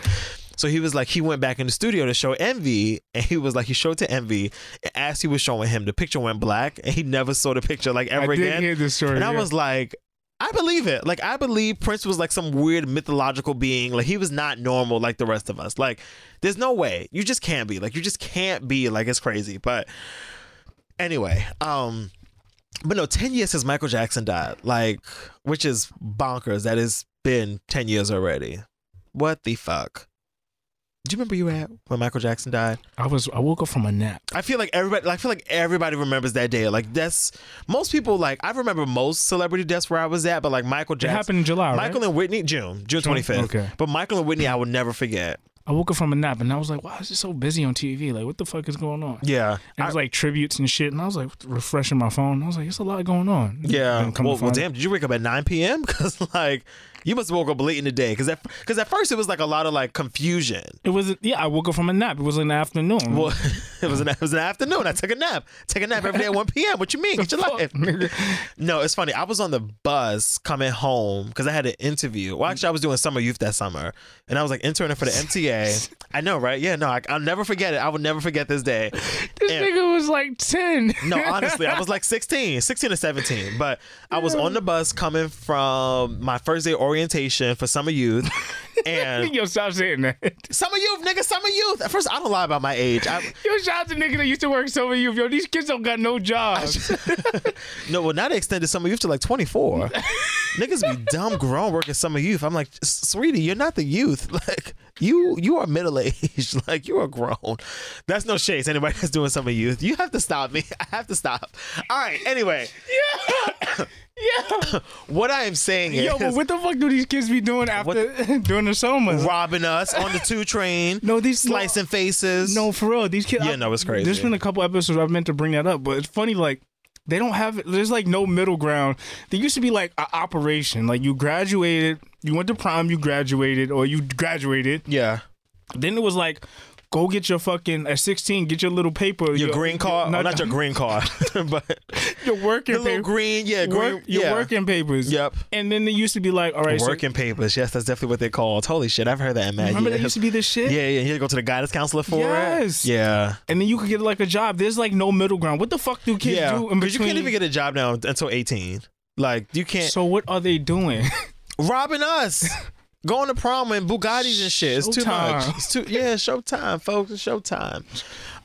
So he was like, he went back in the studio to show Envy, and he was like, he showed to Envy. And as he was showing him, the picture went black, and he never saw the picture like ever did again. hear this story, and I yeah. was like, I believe it. Like I believe Prince was like some weird mythological being. Like he was not normal like the rest of us. Like there's no way. You just can't be. Like you just can't be. Like it's crazy. But anyway, um but no, 10 years since Michael Jackson died. Like which is bonkers. That has been 10 years already. What the fuck? Do you remember you at when Michael Jackson died? I was. I woke up from a nap. I feel like everybody. I feel like everybody remembers that day. Like that's most people. Like I remember most celebrity deaths where I was at, but like Michael Jackson. happened in July, right? Michael and Whitney, June, June twenty fifth. okay. But Michael and Whitney, I will never forget. I woke up from a nap and I was like, wow, is it so busy on TV? Like, what the fuck is going on? Yeah. And it was like tributes and shit, and I was like refreshing my phone. I was like, "It's a lot going on." Yeah. And come to Well, well, find- damn. Did you wake up at 9 p.m.? Because like you must have woke up late in the day. Because at because at first it was like a lot of like confusion. It was yeah. I woke up from a nap. It was in the afternoon. Well, it was an it was an afternoon. I took a nap. Take a nap every day at 1 p.m. What you mean? Get your life. No, it's funny. I was on the bus coming home because I had an interview. Well, actually, I was doing summer youth that summer, and I was like interning for the MTA. I know, right? Yeah, no, I, I'll never forget it. I will never forget this day. this And- nigga was like ten. no, honestly, I was like 16, 16 or 17. But I was on the bus coming from my first day orientation for summer youth. And Yo, stop saying that. summer youth, nigga, summer youth. At first, I don't lie about my age. I, Yo, shout out to nigga that used to work so with you. Yo, these kids don't got no jobs. No, well, now they extended summer youth to like 24. Niggas be dumb grown working summer youth. I'm like, sweetie, you're not the youth. Like, you you are middle aged. Like, you are grown. That's no shade to anybody that's doing summer youth. You have to stop me. I have to stop. All right. Anyway, yeah. what I am saying is Yo, but what the fuck do these kids be doing after during the summers? robbing us on the two train. No, these- slicing faces. No, for real, these kids. Yeah, no, it's crazy. There's been a couple episodes I've meant to bring that up, but it's funny, like. They don't have. There's like no middle ground. There used to be like an operation. Like you graduated, you went to prom, you graduated, or you graduated. Yeah. Then it was like Go get your fucking at 16. Get your little paper. Your green card, not, oh, not your green card, but your working the little paper. green, yeah, green, Work, your yeah. working papers. Yep. And then they used to be like, all right, so- Working papers, yes, that's definitely what they called. Holy shit, I've heard that in mad Remember that years. used to be this shit? Yeah, yeah, he'd go to the guidance counselor for Yes. it. Yeah. and then you could get like a job. There's like no middle ground. What the fuck do kids yeah, do in between? you can't even get a job now until 18. Like, you can't. So what are they doing? robbing us. Going to prom in Bugattis and shit. It's too Showtime. much. It's too yeah, showtime, folks. It's showtime.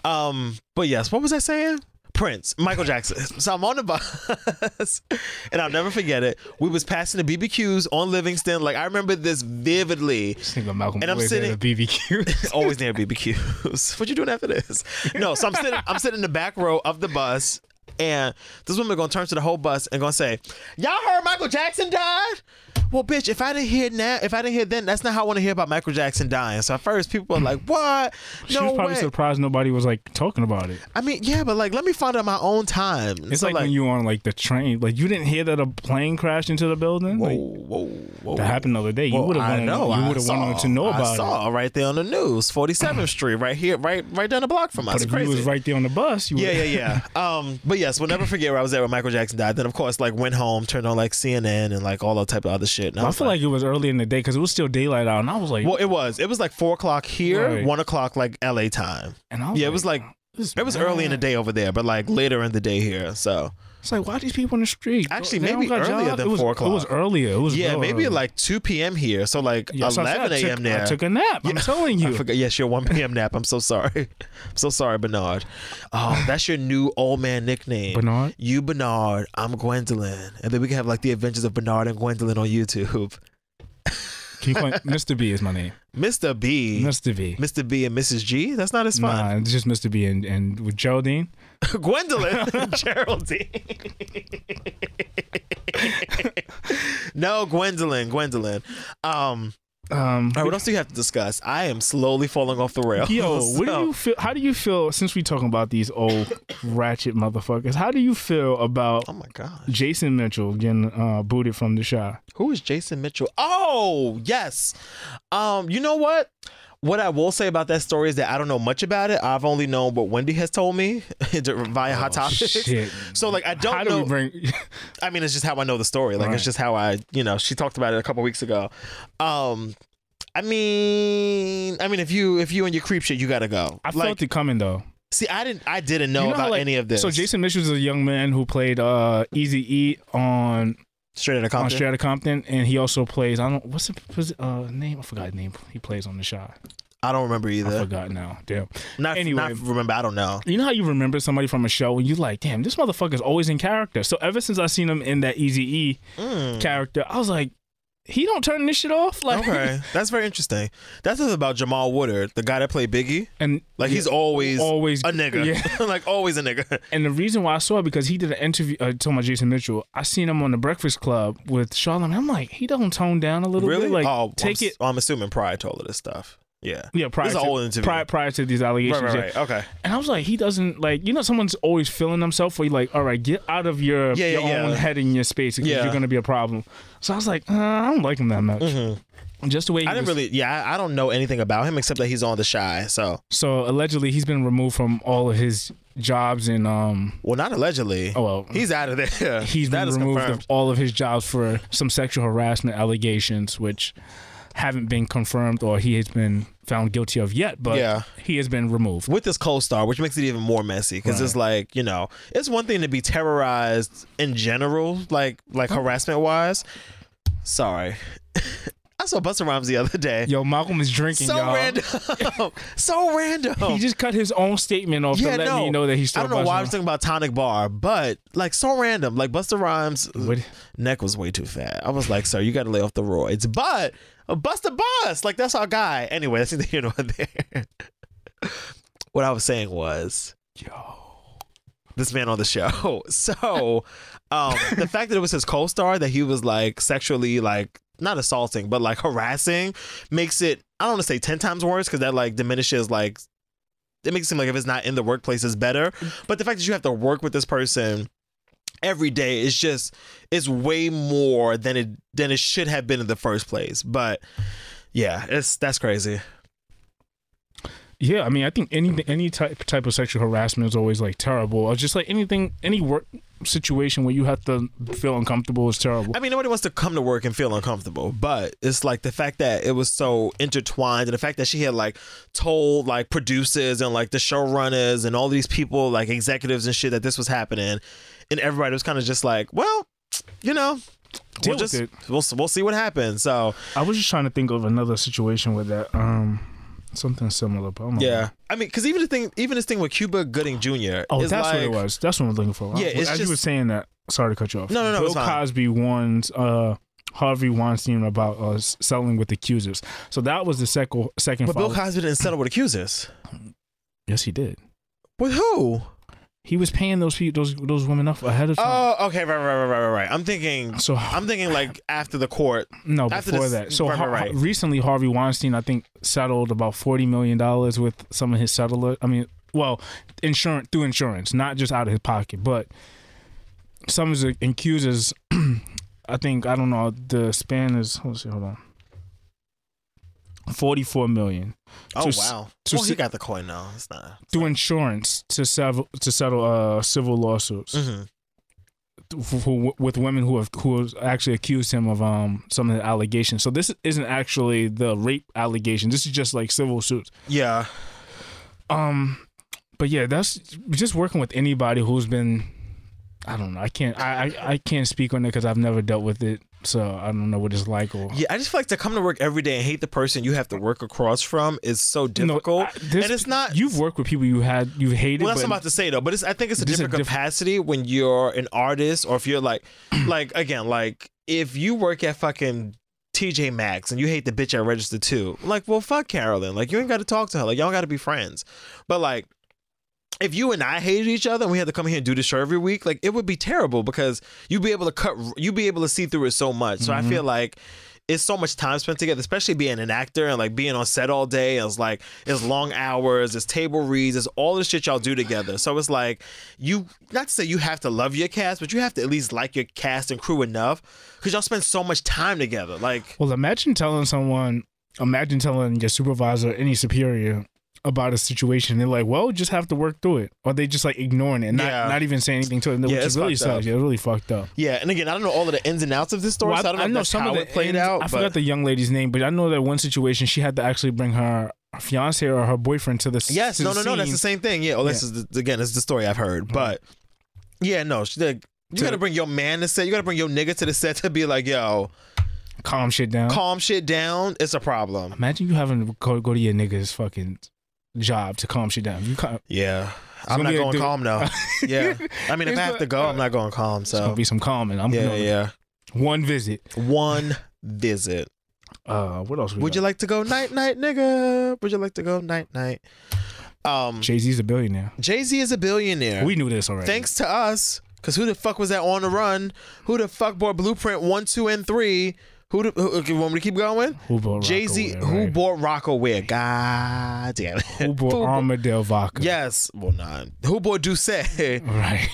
Um, but yes, what was I saying? Prince, Michael Jackson. So I'm on the bus, and I'll never forget it. We was passing the BBQs on Livingston. Like I remember this vividly. Think of Malcolm And I'm Boyd sitting- at a BBQ. Always near BBQs. What you doing after this? No, so I'm sitting. I'm sitting in the back row of the bus, and this woman gonna turn to the whole bus and gonna say, "Y'all heard Michael Jackson died?" Well, bitch, if I didn't hear now, if I didn't hear then, that's not how I want to hear about Michael Jackson dying. So at first, people were like, "What? No she was probably way." surprised nobody was like talking about it. I mean, yeah, but like, let me find out my own time. It's So, like, when you on like the train, like you didn't hear that a plane crashed into the building. Whoa, Like, whoa, whoa. that happened the other day. you Well, would have I wanted. know. You I would have saw- wanted to know I about it. saw right there on the news, 47th Street, right here, right, right down the block from But us. It's if crazy. you was right there on the bus, you Yeah, yeah, yeah. Um, but yes, we'll never forget where I was at when Michael Jackson died. Then, of course, like went home, turned on like CNN and like all that type of other shit. And I, I was feel like it was early in the day because it was still daylight out, and I was like, well, it was it was like four o'clock here, Right. one o'clock like LA time. And I was yeah, it was like this is it was early in the mad. day over there, but like later in the day here. So It's like why are these people in the street? Actually, They don't maybe got earlier jobs. than It was- four It was o'clock. earlier. It was yeah, real maybe early. like two p.m. here. So like Yeah, so I said I eleven took- a.m. there. I took a nap. I'm telling you. I forgot. Yes, your 1 p.m. nap. I'm so sorry. I'm so sorry, Bernard. Oh, that's your new old man nickname. Bernard? You Bernard. I'm Gwendolyn. And then we can have like the adventures of Bernard and Gwendolyn on YouTube. Can you find- Mr. B is my name. Mr. B. Mr. B. Mr. B and Mrs. G. That's not as fun. Nah, it's just Mr. B and, and with Geraldine. Gwendolyn. Geraldine. no, Gwendolyn. Gwendolyn. Um, Um, all right, what else do you have to discuss? I am slowly falling off the rails. yo, what do oh, So- you feel? How do you feel since we talking about these old ratchet motherfuckers? How do you feel about Oh my God. Jason Mitchell getting uh, booted from the shot? Who is Jason Mitchell? Oh, yes. Um, you know what? What I will say about that story is that I don't know much about it. I've only known what Wendy has told me via Hot Topics. Oh, shit. So like I Oh, don't How do know. we bring? I mean, it's just how I know the story. Like Right. it's just how I, you know, she talked about it a couple weeks ago. Um, I mean, I mean, if you if you and your creep shit, you gotta go. I like, felt it coming though. see, I didn't, I didn't know, You know how, about like- any of this. So Jason Mitchell is a young man who played uh, Easy E on straight out of on Compton. Straight Outta Compton, and he also plays. I don't what's the what's the, uh, name. I forgot the name. He plays on the shot. I don't remember I either. forgot now. Damn. Not, Anyway. not remember. I don't know. You know how you remember somebody from a show and you like, damn, this motherfucker's always in character. So ever since I seen him in that Easy E Mm. character, I was like, he don't turn this shit off. Like, Okay, that's very interesting. That's just about Jamal Woodard, the guy that played Biggie. and Like he's Yeah. always Always- a nigga. yeah. like always a nigga. And the reason why I saw it because he did an interview uh, talking about Jason Mitchell. I seen him on the Breakfast Club with Charlamagne. I'm like, he don't tone down a little Really? bit. Like, oh, take I'm, it. I'm assuming Pryor told her this stuff. Yeah. Yeah, prior This is to an old interview. prior prior to these allegations. right, right, yeah. right. Okay. And I was like, he doesn't like you know someone's always feeling themselves where you're like, all right, get out of your, Yeah, yeah, your yeah. own head in your space because Yeah. you're gonna be a problem. So I was like, uh, I don't like him that much. Just the way he Mm-hmm. I didn't was- really. Yeah, I, I don't know anything about him except that he's on the shy. So, So allegedly, he's been removed from all of his jobs and um. well, not allegedly. Oh, well. he's out of there. He's That been is removed confirmed. of all of his jobs for some sexual harassment allegations, which haven't been confirmed or he has been found guilty of yet. But Yeah. he has been removed. with this co-star, which makes it even more messy because it's like you know, it's one thing to be terrorized in general, like like harassment wise. Sorry, I saw Busta Rhymes the other day. Yo, Malcolm is drinking. so y'all. random, so random. He just cut his own statement off yeah, to let no. me know that he's still. I don't know busting why I around. was thinking about Tonic Bar, but like so random. Like Busta Rhymes What- neck was way too fat. I was like, sir, you got to lay off the roids. But uh, Busta Bus, like that's our guy. Anyway, that's neither here nor there. what I was saying was, yo, this man on the show. So, um, the fact that it was his co-star that he was like sexually like not assaulting but like harassing makes it I don't want to say ten times worse because that like diminishes like it makes it seem like if it's not in the workplace it's better. But the fact that you have to work with this person every day is just it's way more than it than it should have been in the first place. But yeah, it's that's crazy. Yeah, I mean, I think any any type type of sexual harassment is always like terrible. Or just like anything, any work situation where you have to feel uncomfortable is terrible. I mean, nobody wants to come to work and feel uncomfortable, but it's like the fact that it was so intertwined and the fact that she had like told like producers and like the showrunners and all these people, like executives and shit, that this was happening. And everybody was kind of just like, well, you know, Deal we'll with just, it. we'll, we'll see what happens. So, I was just trying to think of another situation with that. Um, something similar, but I'm not- yeah. I mean, because even the thing, even this thing with Cuba Gooding Jr. Oh, is that's what it like- was. That's what I'm looking for. Yeah, I- it's as just- you were saying that. Sorry to cut you off. No, no, no, Bill it's fine. Cosby warns uh, Harvey Weinstein about uh, s- settling with accusers. So that was the second second. But Bill follow- Cosby didn't settle with accusers. yes, he did. With who? He was paying those people, those those women off ahead of time. Oh, okay, right, right, right, right, right, right. I'm thinking. So- I'm thinking like after the court. no, after before this- that. So right, Har- right, right. recently, Harvey Weinstein, I think, settled about forty million dollars with some of his settler. I mean, well, insurance through insurance, not just out of his pocket, but some of the accusers. I think I don't know the span is. Let's see, hold on. Forty-four million Oh To s- wow. to well, he sit- got the coin now. It's not. through insurance to settle to settle uh, civil lawsuits Mhm. f- who- with women who have who have actually accused him of um some of the allegations. So this isn't actually the rape allegation. This is just like civil suits. Yeah. Um, but yeah, that's just working with anybody who's been. I don't know. I can't. I I, I can't speak on it because I've never dealt with it, so I don't know what it's like. Or Yeah, I just feel like to come to work every day and hate the person you have to work across from is so You know, difficult. I- this- and it's not You've worked with people you had you hated. Well, that's but- what I'm about to say though, but it's I think it's a These are different diff- capacity when you're an artist or if you're like, like again, like if you work at fucking TJ Maxx and you hate the bitch at register too, like, well, fuck Carolyn, like you ain't got to talk to her, like y'all got to be friends, but like. If you and I hated each other and we had to come here and do the show every week, like it would be terrible because you'd be able to cut, you'd be able to see through it so much. So I Mm-hmm. feel like it's so much time spent together, especially being an actor and like being on set all day. It's like it's long hours, it's table reads, it's all the shit y'all do together. So it's like you not to say you have to love your cast, but you have to at least like your cast and crew enough because y'all spend so much time together. Like Well, imagine telling someone, imagine telling your supervisor, or any superior about a situation. They're like, well, just have to work through it. Or they just like ignoring it and not, Yeah. not even saying anything to it, which Yeah, is it's really fucked up. sucks. Yeah, really fucked up. yeah, and again, I don't know all of the ins and outs of this story, Well, so I don't know, if that's how it played ends- out. I but- forgot the young lady's name, but I know that one situation she had to actually bring her fiance or her boyfriend to the s- Yes, to no, the no, no. That's scene. the same thing. Yeah. Oh, this is the, again. It's the story I've heard, but yeah, no. She, like, you Mm-hmm. To- got to bring your man to set. You got to bring your nigga to the set to be like, yo, Calm shit down. calm shit down. It's a problem. Imagine you having to go, go to your nigga's fucking job to calm shit down. You ca- Yeah. I'm gonna not be a going dude- calm though. yeah. I mean, if I have to go, I'm not going calm. it's So gonna be some calming. I'm Oh. yeah, gonna, yeah. One visit. One visit. Uh, what else? We Would you like to go night night, nigga? Would you like to go night night? Um, Jay Z's a billionaire. Jay Z is a billionaire. We knew this already. thanks to us because who the fuck was that on the run who the fuck bought blueprint one two and three who, the, who okay, want me to keep going Who bought jay-z Rockaway, who right? bought rockaway god damn it Who bought Armadale vodka? yes well not who bought Doucet who Right.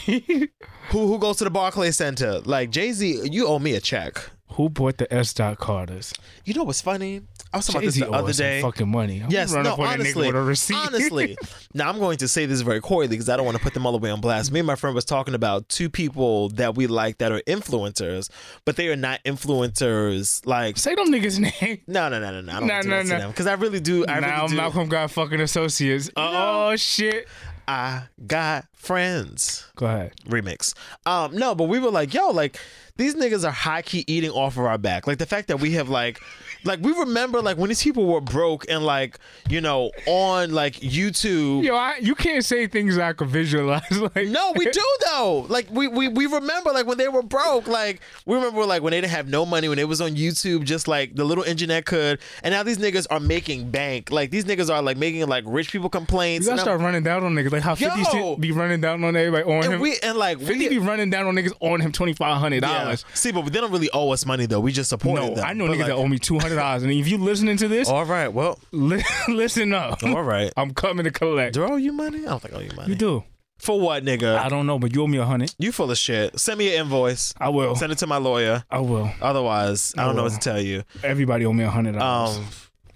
who goes to the barclay center like jay-z you owe me a check who bought the S. Dot Carters? you know what's funny i was talking Jay-Z about owes this the some other day Fucking money. I'm Yes, gonna no, run up on a nigga honestly, with a receipt. honestly. Now I'm going to say this very coyly because I don't want to put them all the way on blast. Me and my friend was talking about two people that we like that are influencers, but they are not influencers. Like, Say them niggas' name. no, no, no, no, no. I don't No, do no, that no. to them because I really do. I now really do. Malcolm got fucking associates. Oh shit. I got friends. Go ahead. remix. Um, no, but we were like, yo, like these niggas are high key eating off of our back. Like the fact that we have like, like we remember like when these people were broke and like you know on like YouTube. Yo, I, you can't say things I could visualize. Like No, we do though. Like we, we we remember like when they were broke. Like we remember like when they didn't have no money when they was on YouTube, just like the little engine that could. And now these niggas are making bank. Like these niggas are like making like rich people You complaints. gotta And I'm- start running down on niggas. Like how Fifty Yo! Cent be running down on everybody on and him. we and like Fifty we be running down on niggas on him twenty five hundred yeah. dollars. See, but they don't really owe us money though. We just supported No, them. I know But, niggas like- that owe me two hundred dollars, and if you listening to this, All right. Well, li- listen up. all right. I'm coming to collect. Do I owe you money? I don't think I owe you money. You do. For what, nigga? I don't know, but you owe me a hundred. you full of shit. Send me an invoice. I will. Send it to my lawyer. I will. Otherwise, I don't know what to tell you. Everybody owe me a hundred dollars. Um,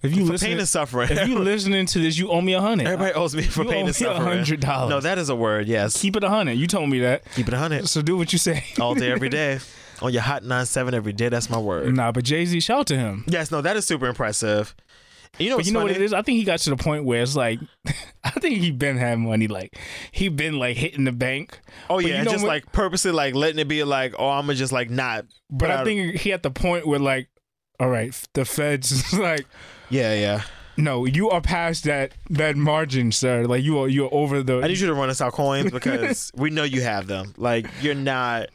If you For listen, pain and suffering. If you listening to this, you owe me a hundred. Everybody owes me for You owe paying me and suffering. $100. No, that is a word. Yes. Keep it a hundred. You told me that. Keep it a hundred. So do what you say. all day, every day. On your hot nine seven every day. That's my word. Nah, but Jay Z, shout out to him. Yes. No, that is super impressive. You know. But you know what it is? I think he got to the point where it's like, I think he been having money. Like he been like hitting the bank. But Oh yeah, you and know just when- like purposely like letting it be like, oh, I'm gonna just like not. But I proud- think he at the point where like, all right, the feds is like, Yeah, yeah. no, you are past that that margin, sir. Like you are you are over the. I need you to run us out coins because we know you have them. Like you're not.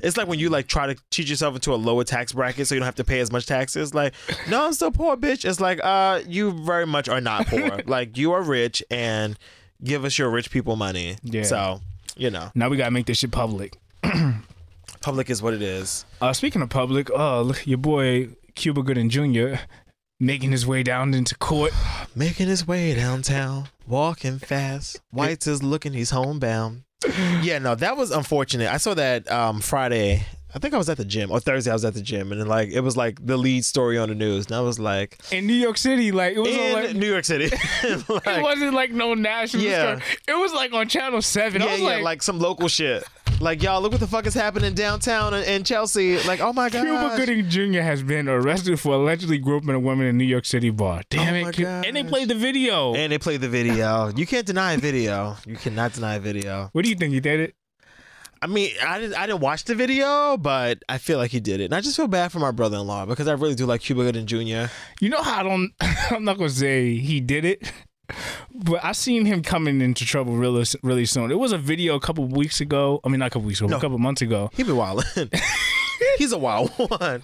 It's like when you like try to cheat yourself into a lower tax bracket so you don't have to pay as much taxes. Like, no, I'm still poor, bitch. It's like, uh, you very much are not poor. like you are rich, and give us your rich people money. Yeah. So you know, now we gotta make this shit public. public is what it is. Uh, speaking of public, uh, look, your boy Cuba Gooding Jr. making his way down into court. Making his way downtown, walking fast. Whites is looking, he's homebound. Yeah, no, that was unfortunate. I saw that um Friday. I think I was at the gym or Thursday. I was at the gym, and then, like it was like the lead story on the news, and I was like, in New York City. Like it was in on like New York City, like, it wasn't like no national. Yeah. Yeah. it was like on Channel Seven. I yeah, was yeah, like, like, some local shit. Like y'all, look what the fuck is happening downtown in, in Chelsea. Like, oh my god, Cuba Gooding Jr. has been arrested for allegedly groping a woman in a New York City bar. Damn Oh my it! Cu- And they gosh. played the video. And they played the video. You can't deny a video. You cannot deny a video. what do you think he did it? I mean, I didn't I didn't watch the video, but I feel like he did it. And I just feel bad for my brother in law because I really do like Cuba Gooding Jr. You know how I don't. I'm not gonna say he did it. But I seen him coming into trouble really, really soon. It was a video a couple weeks ago. I mean, not a couple weeks ago, No. a couple months ago. He be wildin'. He's a wild one.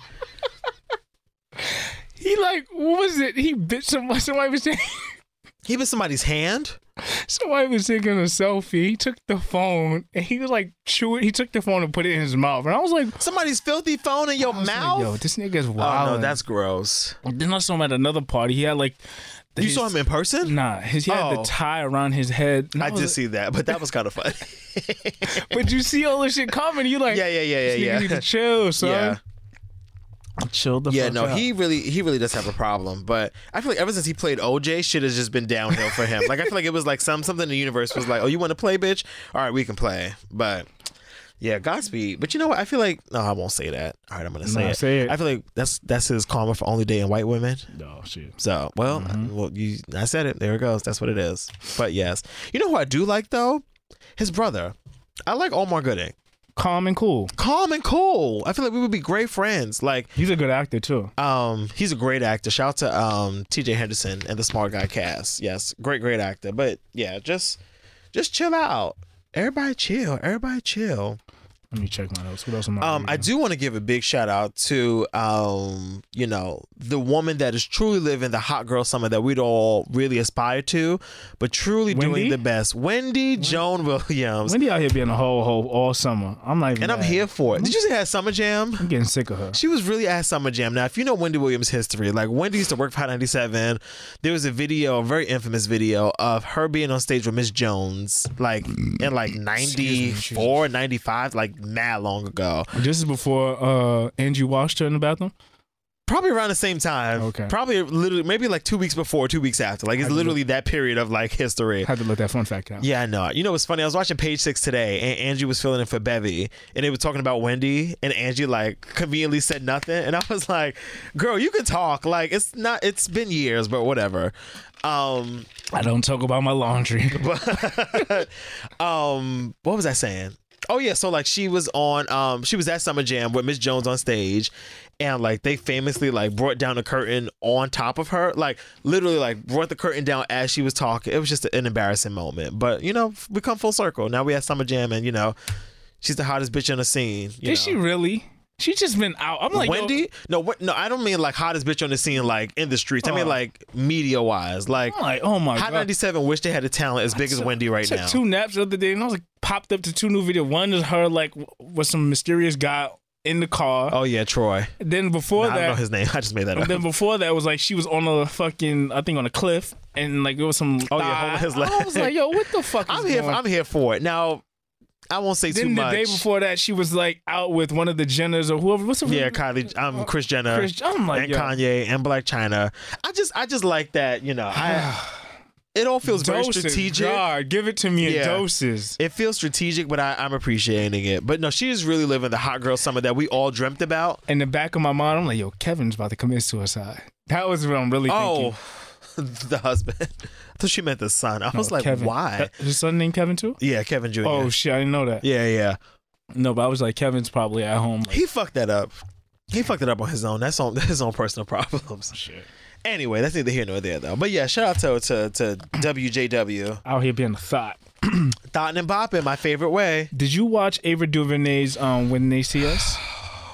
He like, what was it? He bit somebody. Somebody was taking, He bit somebody's hand. somebody was taking a selfie. He took the phone and he was like chewing. He took the phone and put it in his mouth. And I was like, Somebody's filthy phone in your I was like, mouth. Yo, this nigga's oh wild. no, that's gross. Then I saw him at another party. He had like. the- You his- saw him in person? Nah, his, he had the Oh. tie around his head. And I was did see that, but that was kind of funny. like- But you see all this shit coming. You like, Yeah, yeah, yeah, "This yeah, nigga yeah." Need to chill, son. yeah. Chill the Yeah, fuck no, out. he really he really does have a problem. But I feel like ever since he played OJ, shit has just been downhill for him. like I feel like it was like some something in the universe was like, Oh, you wanna play, bitch? All right, we can play. But yeah, Godspeed. But you know what? I feel like no, I won't say that. All right, I'm gonna say, Nah, it. say it. I feel like that's that's his karma for only dating white women. No, shit. So well, Mm-hmm. well, you I said it. There it goes. That's what it is. But yes, you know who I do like though? His brother. I like Omar Gooding. Calm and cool. Calm and cool. I feel like we would be great friends. Like He's a good actor too. um, he's a great actor. Shout out to um T.J. Henderson and the Smart Guy cast. Yes, great, great actor. But yeah, just just chill out. Everybody chill. Everybody chill. Let me check my notes. What else am I? Um, I reading? do want to give a big shout out to um, you know, the woman that is truly living the hot girl summer that we'd all really aspire to, but truly Wendy? doing the best. Wendy Joan Williams. Wendy out here being a whole hoe all summer. I'm like, and I'm mad. here for it. Did you see that Summer Jam? I'm getting sick of her. She was really at Summer Jam. Now, if you know Wendy Williams' history, like Wendy used to work for Hot 97. There was a video, a very infamous video, of her being on stage with Miss Jones, like in like 94, 95, like mad long ago. This is before uh, Angie washed her in the bathroom. Probably around the same time. Okay. Probably literally, maybe like two weeks before, two weeks after. Like it's literally that period of like history. Had to let that fun fact out. Yeah, I know. You know what's funny? I was watching Page Six today, and Angie was filling in for Bevy, and they were talking about Wendy, and Angie like conveniently said nothing, and I was like, "Girl, you can talk. Like it's not. It's been years, but whatever." Um, I don't talk about my laundry. um, what was I saying? Oh yeah, so like she was on, um, she was at Summer Jam with Miss Jones on stage, and like they famously like brought down the curtain on top of her, like literally like brought the curtain down as she was talking. It was just an embarrassing moment, but you know we come full circle. Now we at Summer Jam, and you know she's the hottest bitch on the scene. you Did know. she really? She just been out. I'm like yo- Wendy? No, what? No, I don't mean like hottest bitch on the scene, like in the streets. I mean Oh. like media wise, like. I'm like, oh my Hot god. 97 wish they had a talent as big as Wendy right Took now. two naps the other day, and I was like, popped up to two new videos. One is her like w- with some mysterious guy in the car. Oh yeah, Troy. Then before I don't know that, his name. I just made that up. then before that was like she was on a fucking, I think on a cliff, and like it was some. Oh, yeah, holding his thigh. I leg. was like, yo, what the fuck? Is I'm here. For, going- I'm here for it. Now, I won't say too Then the much. day before that, she was like out with one of the Jenners or whoever. What's the yeah, Kylie, um, Chris Jenner, Kris- I'm like, and yo. Kanye and Black China. I just, I just like that. You know, I. it all feels very Doses, strategic. God, give it to me Yeah. in doses. It feels strategic, but I, I'm appreciating it. But no, she is really living the hot girl summer that we all dreamt about. In the back of my mind, I'm like, yo, Kevin's about to commit suicide. That was what I'm really thinking. Oh, the husband. I thought she meant the son. I was No, like, Oh, Kevin. why? That- His son named Kevin too? Yeah, Kevin Jr. Oh shit, I didn't know that. yeah, yeah. No, but I was like, Kevin's probably at home. Like, He fucked that up. He fucked it up on his own. That's on his own personal problems. Oh, shit. Anyway, that's neither here nor there though. But yeah, shout out to to, to WJW. Out here being a thought. Thought and bopping, my favorite way. Did you watch Ava DuVernay's um, When They See Us?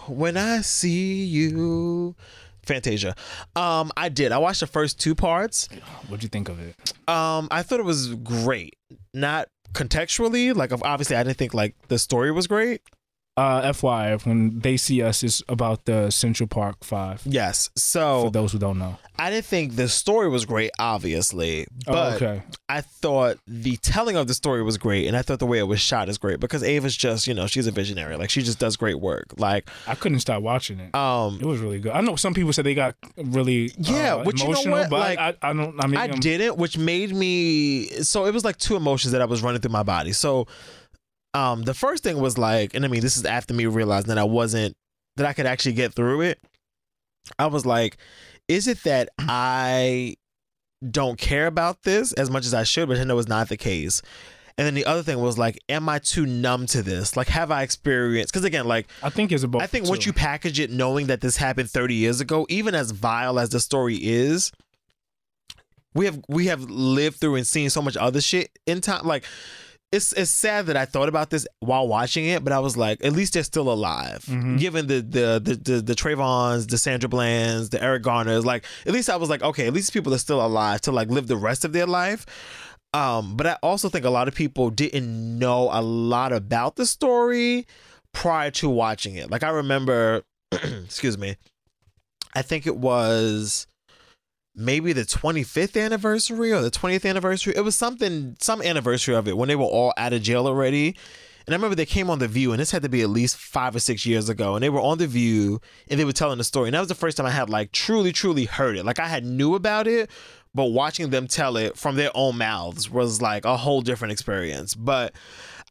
When I see you. Fantasia. Um, I did. I watched the first two parts. What'd you think of it? Um, I thought it was great. Not contextually, like obviously I didn't think like the story was great. Uh, FY, When They See Us is about the Central Park Five. Yes. For So those who don't know. I didn't think the story was great, obviously. Oh, But okay. I thought the telling of the story was great, and I thought the way it was shot is great because Ava's just, you know, she's a visionary. Like she just does great work. Like, I couldn't stop watching it. um, It was really good. I know some people said they got really Yeah, uh, but you know emotional, what? but Like, I, I don't. I mean, um, I I'm- didn't, which made me so it was like two emotions that I was running through my body. So, um, the first thing was like, and I mean, this is after me realizing that I wasn't that I could actually get through it. I was like, is it that I don't care about this as much as I should, which I know is not the case. And then the other thing was like, am I too numb to this? Like, have I experienced? Because again, like I think it's about. I think two. once you package it knowing that this happened 30 years ago, even as vile as the story is, we have we have lived through and seen so much other shit in time. Like it's it's sad that I thought about this while watching it, but I was like, at least they're still alive. Given the the the the, the Trayvons, the Sandra Blands, the Eric Garners, like at least I was like, okay, at least people are still alive to like live the rest of their life. Um, but I also think a lot of people didn't know a lot about the story prior to watching it. Like I remember, excuse me, I think it was maybe the 25th anniversary or the 20th anniversary. It was something, some anniversary of it when they were all out of jail already. And I remember they came on The View, and this had to be at least five or six years ago. And they were on The View, and they were telling the story. And that was the first time I had like truly, truly heard it. Like I had knew about it, but watching them tell it from their own mouths was like a whole different experience. But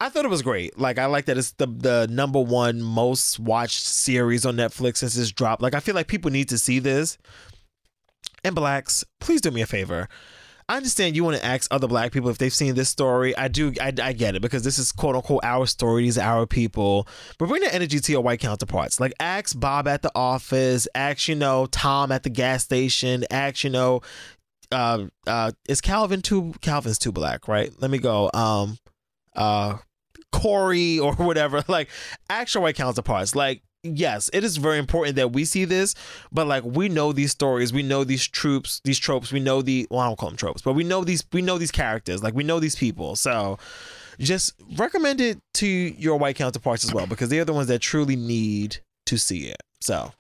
I thought it was great. Like I like that it's the the number one most watched series on Netflix since it's dropped. Like I feel like people need to see this. And blacks, please do me a favor. I understand you want to ask other black people if they've seen this story. I do. I, I get it because this is quote unquote our story. These are our people. But bring the energy to your white counterparts. Like ask Bob at the office. Ask you know Tom at the gas station. Ask you know. Uh, uh, is Calvin too? Calvin's too black, right? Let me go. Um, uh, Corey or whatever, like actual white counterparts. Like, yes, it is very important that we see this, but like we know these stories, we know these troops, these tropes, we know the well, I don't call them tropes, but we know these we know these characters, like we know these people. So just recommend it to your white counterparts as well, because they're the ones that truly need to see it. So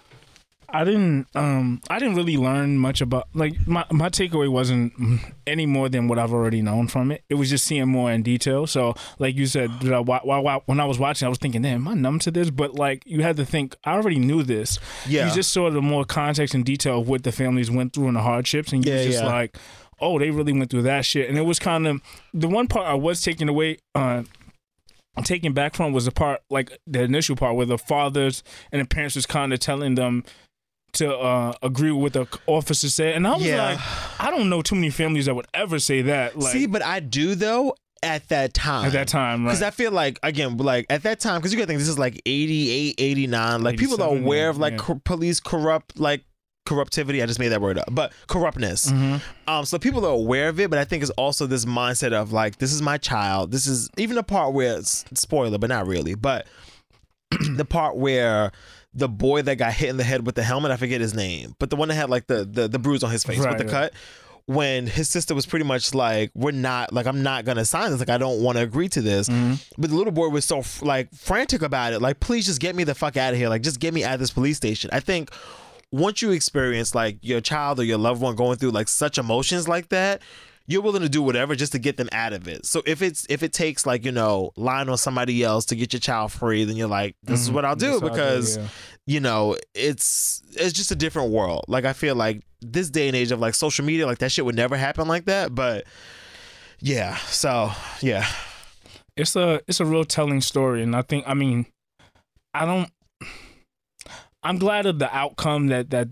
I didn't. Um, I didn't really learn much about. Like my my takeaway wasn't mm, any more than what I've already known from it. It was just seeing more in detail. So, like you said, did I, wa- wa- wa- when I was watching, I was thinking, "Damn, am I numb to this?" But like, you had to think. I already knew this. Yeah. You just saw the more context and detail of what the families went through and the hardships, and you Yeah, was just yeah. like, "Oh, they really went through that shit." And it was kind of the one part I was taking away. Uh, taken back from was the part like the initial part where the fathers and the parents was kind of telling them to uh, agree with what the officer said, and I was Yeah. like, I don't know too many families that would ever say that. Like, see, but I do though at that time. At that time, Because right. I feel like, again, like at that time, because you gotta think this is like 88, 89. Like people are 87, aware of like yeah. cor- police corrupt, like corruptivity. I just made that word up, but corruptness. Mm-hmm. Um, so people are aware of it, but I think it's also this mindset of like, this is my child. This is even the part where, it's spoiler, but not really, but the part where the boy that got hit in the head with the helmet, I forget his name, but the one that had like the the, the bruise on his face Right, with the right. cut. When his sister was pretty much like, "We're not like I'm not gonna sign this. Like I don't want to agree to this." But the little boy was so f- like frantic about it. Like, please just get me the fuck out of here. Like, just get me out of this police station. I think once you experience like your child or your loved one going through like such emotions like that, you're willing to do whatever just to get them out of it. So if it's if it takes like you know lying on somebody else to get your child free, then you're like, Mm-hmm. this is what I'll do That's how I because yeah. you know it's it's just a different world. Like I feel like this day and age of like social media, like that shit would never happen like that. But yeah, so yeah, it's a it's a real telling story, and I think I mean, I don't. I'm glad of the outcome that that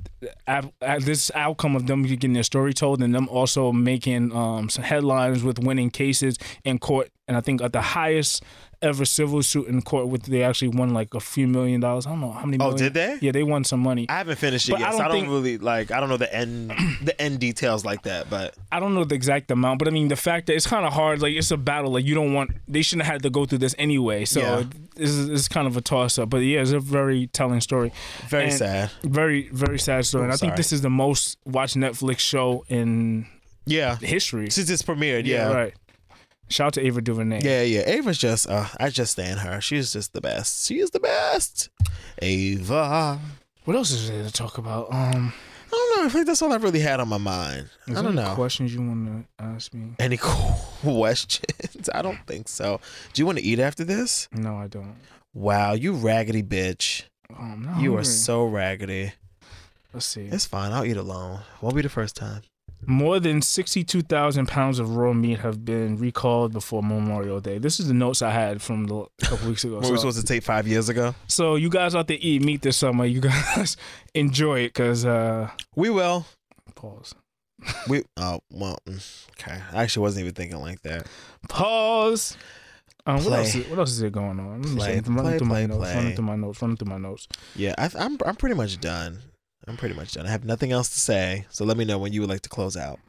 at, at this outcome of them getting their story told and them also making um, some headlines with winning cases in court. And I think at the highest ever civil suit in court, with they actually won like a few million dollars. I don't know how many. Oh, million- did they? Yeah, they won some money. I haven't finished it But yet. I so don't I don't think- really like I don't know the end the end details like that, but I don't know the exact amount, but I mean the fact that it's kind of hard. Like it's a battle. Like you don't want. They shouldn't have had to go through this anyway. So Yeah. this is it's kind of a toss up. But yeah, it's a very telling story. Very And sad. Very very sad story. and I think sorry. this is the most watched Netflix show in yeah. history. Since it's premiered, yeah. right. Shout out to Ava DuVernay. Yeah, yeah. Ava's just uh I just stand her. She's just the best. She is the best. Ava. What else is there to talk about? Um, I don't know. I think that's all I really had on my mind. is I there don't any know. Questions you want to ask me? Any questions? I don't think so. Do you want to eat after this? No, I don't. Wow, you raggedy bitch. Um, no, You I'm are good. so raggedy. Let's see. It's fine. I'll eat alone. Won't be the first time. More than 62,000 pounds of raw meat have been recalled before Memorial Day. This is the notes I had from the, a couple weeks ago. What were we So, supposed to take five years ago? so you guys out there eat meat this summer. You guys enjoy it because, uh, We will. pause. We oh well mm, okay. I actually wasn't even thinking like that. Pause. Um, what, Play. else is, what else is there going on? Let me Play, see. I'm running play, through my play, notes, running play. through my notes, running through my notes. Yeah, I, I'm I'm pretty much done. I'm pretty much done. I have nothing else to say. So let me know when you would like to close out.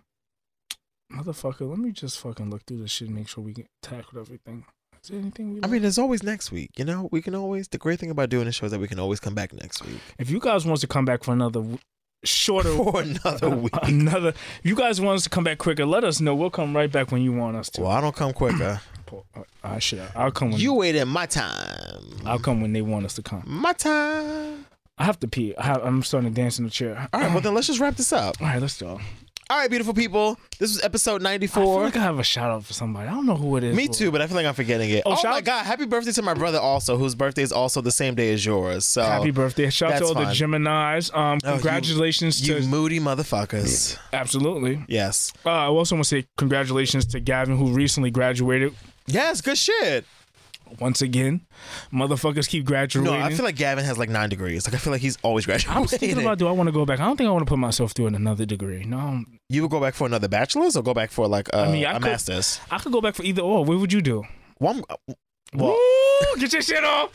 Motherfucker, let me just fucking look through this shit and make sure we get tackled everything. Is there anything we I mean, there's always next week. You know, we can always. The great thing about doing this show is that we can always come back next week If you guys wants to come back for another w- shorter for another week. Uh, Another. You guys want us to come back quicker? Let us know. We'll come right back when you want us to. Well, I don't come quicker. I should. I'll come when You waited my time. I'll come when they want us to come. My time. I have to pee. I have, I'm starting to dance in the chair. All right, well then let's just wrap this up. All right, let's go. All right, beautiful people. This was episode I feel 94. like I have a shout out for somebody. I don't know who it is. Me but- too, but I feel like I'm forgetting it. Oh, Oh, shout- my god! Happy birthday to my brother also, whose birthday is also the same day as yours. So Happy birthday! Shout out to That's all the fine. Gemini's. Um, Oh, you- congratulations You to moody motherfuckers. absolutely. Yes. Uh, I also want to say congratulations to Gavin, who recently graduated. Yes, good shit. Once again, motherfuckers keep graduating. No, I feel like Gavin has like nine degrees. Like I feel like he's always I was thinking graduating. about do I want to go back? I don't think I want to put myself through another degree. No, I'm, you would go back for another bachelor's or go back for like uh, I mean, I a could- master's. I could go back for either or. What would you do? Well, I'm- well, Woo! Get your shit off!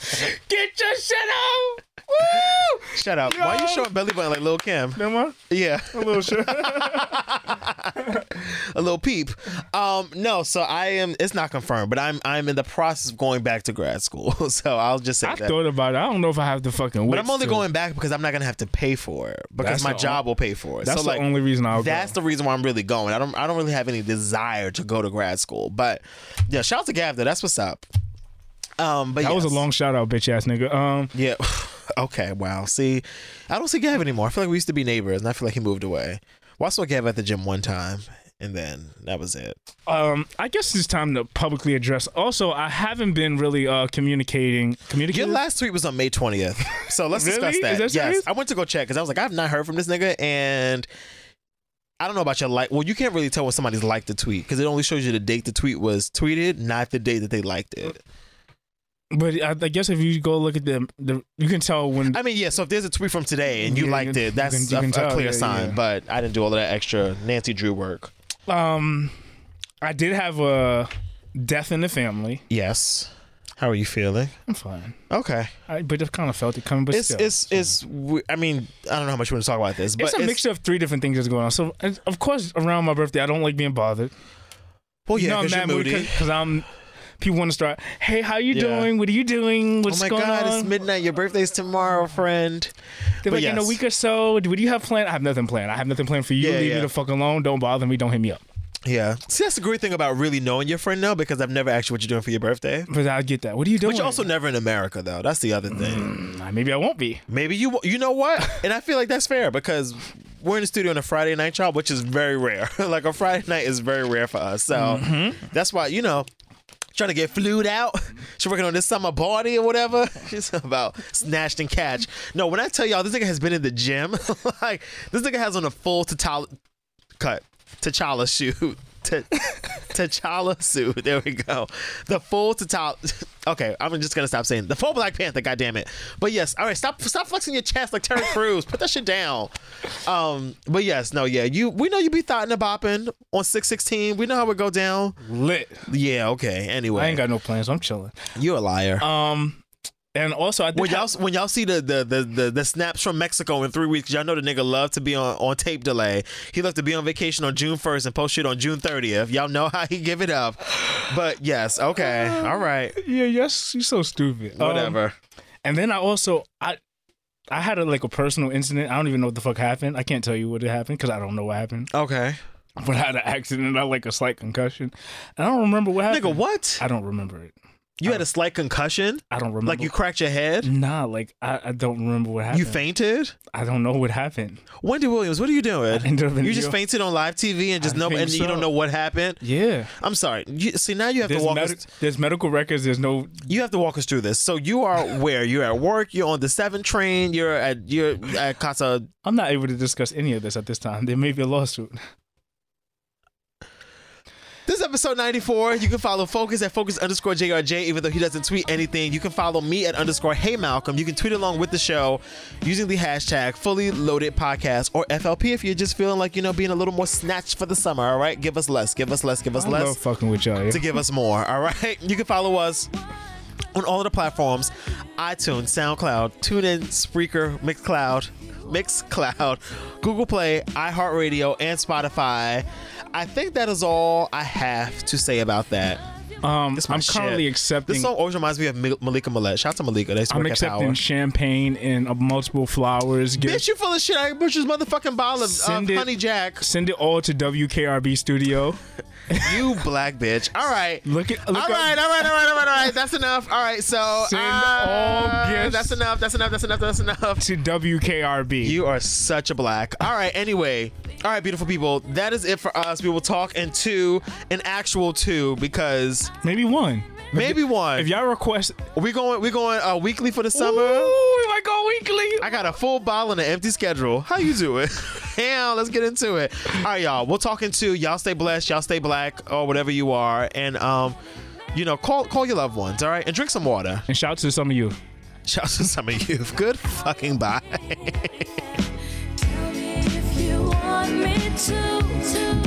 Get your shit off! Woo! shut up. Why are you Yo. showing belly button like Lil Kim? Am I? Yeah, A little shit. a little peep. Um, no, so I am. It's not confirmed, but I'm I'm in the process of going back to grad school. So I'll just say I that. thought about it. I don't know if I have the fucking. But I'm only to. going back because I'm not gonna have to pay for it because That's my the job will pay for it. That's so the like, only reason I'll go. That's the reason why I'm really going. I don't I don't really have any desire to go to grad school. But yeah, shout out to Gav though. That's what's up. Um, but That was a yes. long shout out, bitch ass nigga. Um, yeah. okay. Wow. See, I don't see Gav anymore. I feel like we used to be neighbors, and I feel like he moved away. Well, I saw Gav at the gym one time, and then that was it. um, I guess it's time to publicly address. Also, I haven't been really uh communicating. Your Communicating. last tweet was on May 20th. So let's Really? discuss Is that. that yes. serious? I went to go check because I was like, I've not heard from this nigga. And I don't know about your like. Well, you can't really tell when somebody's liked the tweet because it only shows you the date the tweet was tweeted, not the day that they liked it. but I, I guess if you go look at the, the you can tell when. I mean, yeah. So if there's a tweet from today and you Yeah, liked you- it, that's you can- you can a, a tell, clear yeah, sign. yeah. But I didn't do all of that extra Nancy Drew work. Um, I did have a death in the family. Yes. How are you feeling? I'm fine. Okay. I, but I kind of felt it coming. But It's still, it's it's. w I I mean, I don't know how much you want to talk about this, but it's a mixture of three different things that's going on. So, and of course, around my birthday, I don't like being bothered. Well, Oh, yeah, you know, 'cause I'm you're moody. because I'm. People want to start. Hey, how you Yeah. doing? What are you doing? What's oh my going god, on? it's midnight. Your birthday's tomorrow, friend. They're but like in a yes. week or so. do- What do you have planned? I have nothing planned. I have nothing planned for you. Yeah, Leave me yeah. the fuck alone. Don't bother me. Don't hit me up. Yeah. See, that's the great thing about really knowing your friend now because I've never asked you what you're doing for your birthday. But I get that. What are you doing? But you're also never in America though. That's the other thing. Nah, maybe I won't be. Maybe you you know what? And I feel like that's fair because we're in the studio on a Friday night, y'all, which is very rare. like a Friday night is very rare for us. So that's why, you know, trying to get flued out. She's working on this summer party or whatever. She's about snatched and catch. No, when I tell y'all, this nigga has been in the gym. like this nigga has on a full T'Challa cut T'Challa shoot. T- T'Challa suit. There we go. The full T'Challa. Okay, I'm just gonna stop saying the full Black Panther. God damn it. But yes, all right. Stop, stop flexing your chest like Terry Crews. Put that shit down. Um, but yes, no, yeah. You, we know you be thought and bopping on six sixteen. We know how it go down. Lit. Yeah. Okay. Anyway, I ain't got no plans. I'm chilling. you a liar. Um, and also I did when y'all have- when y'all see the the, the the the snaps from Mexico in three weeks, y'all know the nigga love to be on, on tape delay. He loved to be on vacation on June first and post shit on June thirtieth. Y'all know how he give it up. But yes, okay, all right, yeah, yes, you're so stupid. Uh, Um, whatever. and then I also I I had a, like a personal incident. I don't even know what the fuck happened. I can't tell you what it happened because I don't know what happened. okay, But I had an accident. I had, like a slight concussion. And I don't remember what happened. nigga, what? I don't remember it. You had a slight concussion, I don't remember. like you cracked your head, Nah, like I, I don't remember what happened. you fainted. I don't know what happened. Wendy Williams, what are you doing? I ended up in you just jail. fainted on live TV and just I no, think and you so. don't know what happened. Yeah. I'm sorry. You, see, now you have There's, to walk. med- us- there's medical records. There's no. you have to walk us through this. So you are where you're at work. You're on the seven train. You're at you're at Casa. I'm not able to discuss any of this at this time. There may be a lawsuit. This is episode 94. You can follow Focus at Focus underscore JRJ, even though he doesn't tweet anything. You can follow me at underscore Hey Malcolm. You can tweet along with the show using the hashtag Fully Loaded Podcast or FLP if you're just feeling like you know being a little more snatched for the summer. All right, give us less. Give us less. Give us I less. love fucking with y'all. yeah. to give us more. All right. You can follow us on all of the platforms iTunes, SoundCloud, TuneIn, Spreaker, Mixcloud, Mixcloud, Google Play, iHeartRadio, and Spotify. I think that is all I have to say about that. Um, This is my I'm shit. currently accepting. This song always reminds me of Mal- Malika Millette. Shout out to Malika. They used to I'm work at accepting Power. champagne and uh, multiple flowers. Give, Bitch, you full of shit. I butcher's motherfucking bottle of Send uh, it- Honey Jack. send it all to WKRB Studio. You black bitch. All right. Look at. Look all up- right, all right, all right, all right, all right. That's enough. All right, so Send uh, all gifts. That's enough. That's enough. That's enough. That's enough. To WKRB. You are such a black. All right. Anyway, all right, beautiful people. That is it for us. We will talk in two, an actual two, because Maybe one. maybe one. If y'all request, we going, we going uh, weekly for the Ooh, summer. if I go weekly. I got a full bottle and an empty schedule. How you doing? Hell, let's get into it. All right, y'all. We'll talk in two. Y'all stay blessed. Y'all stay black or whatever you are, and um, you know, call call your loved ones. All right, and drink some water. and shout to some of you. Shout out to some of you. Good fucking bye. Tell me if you want me to, to.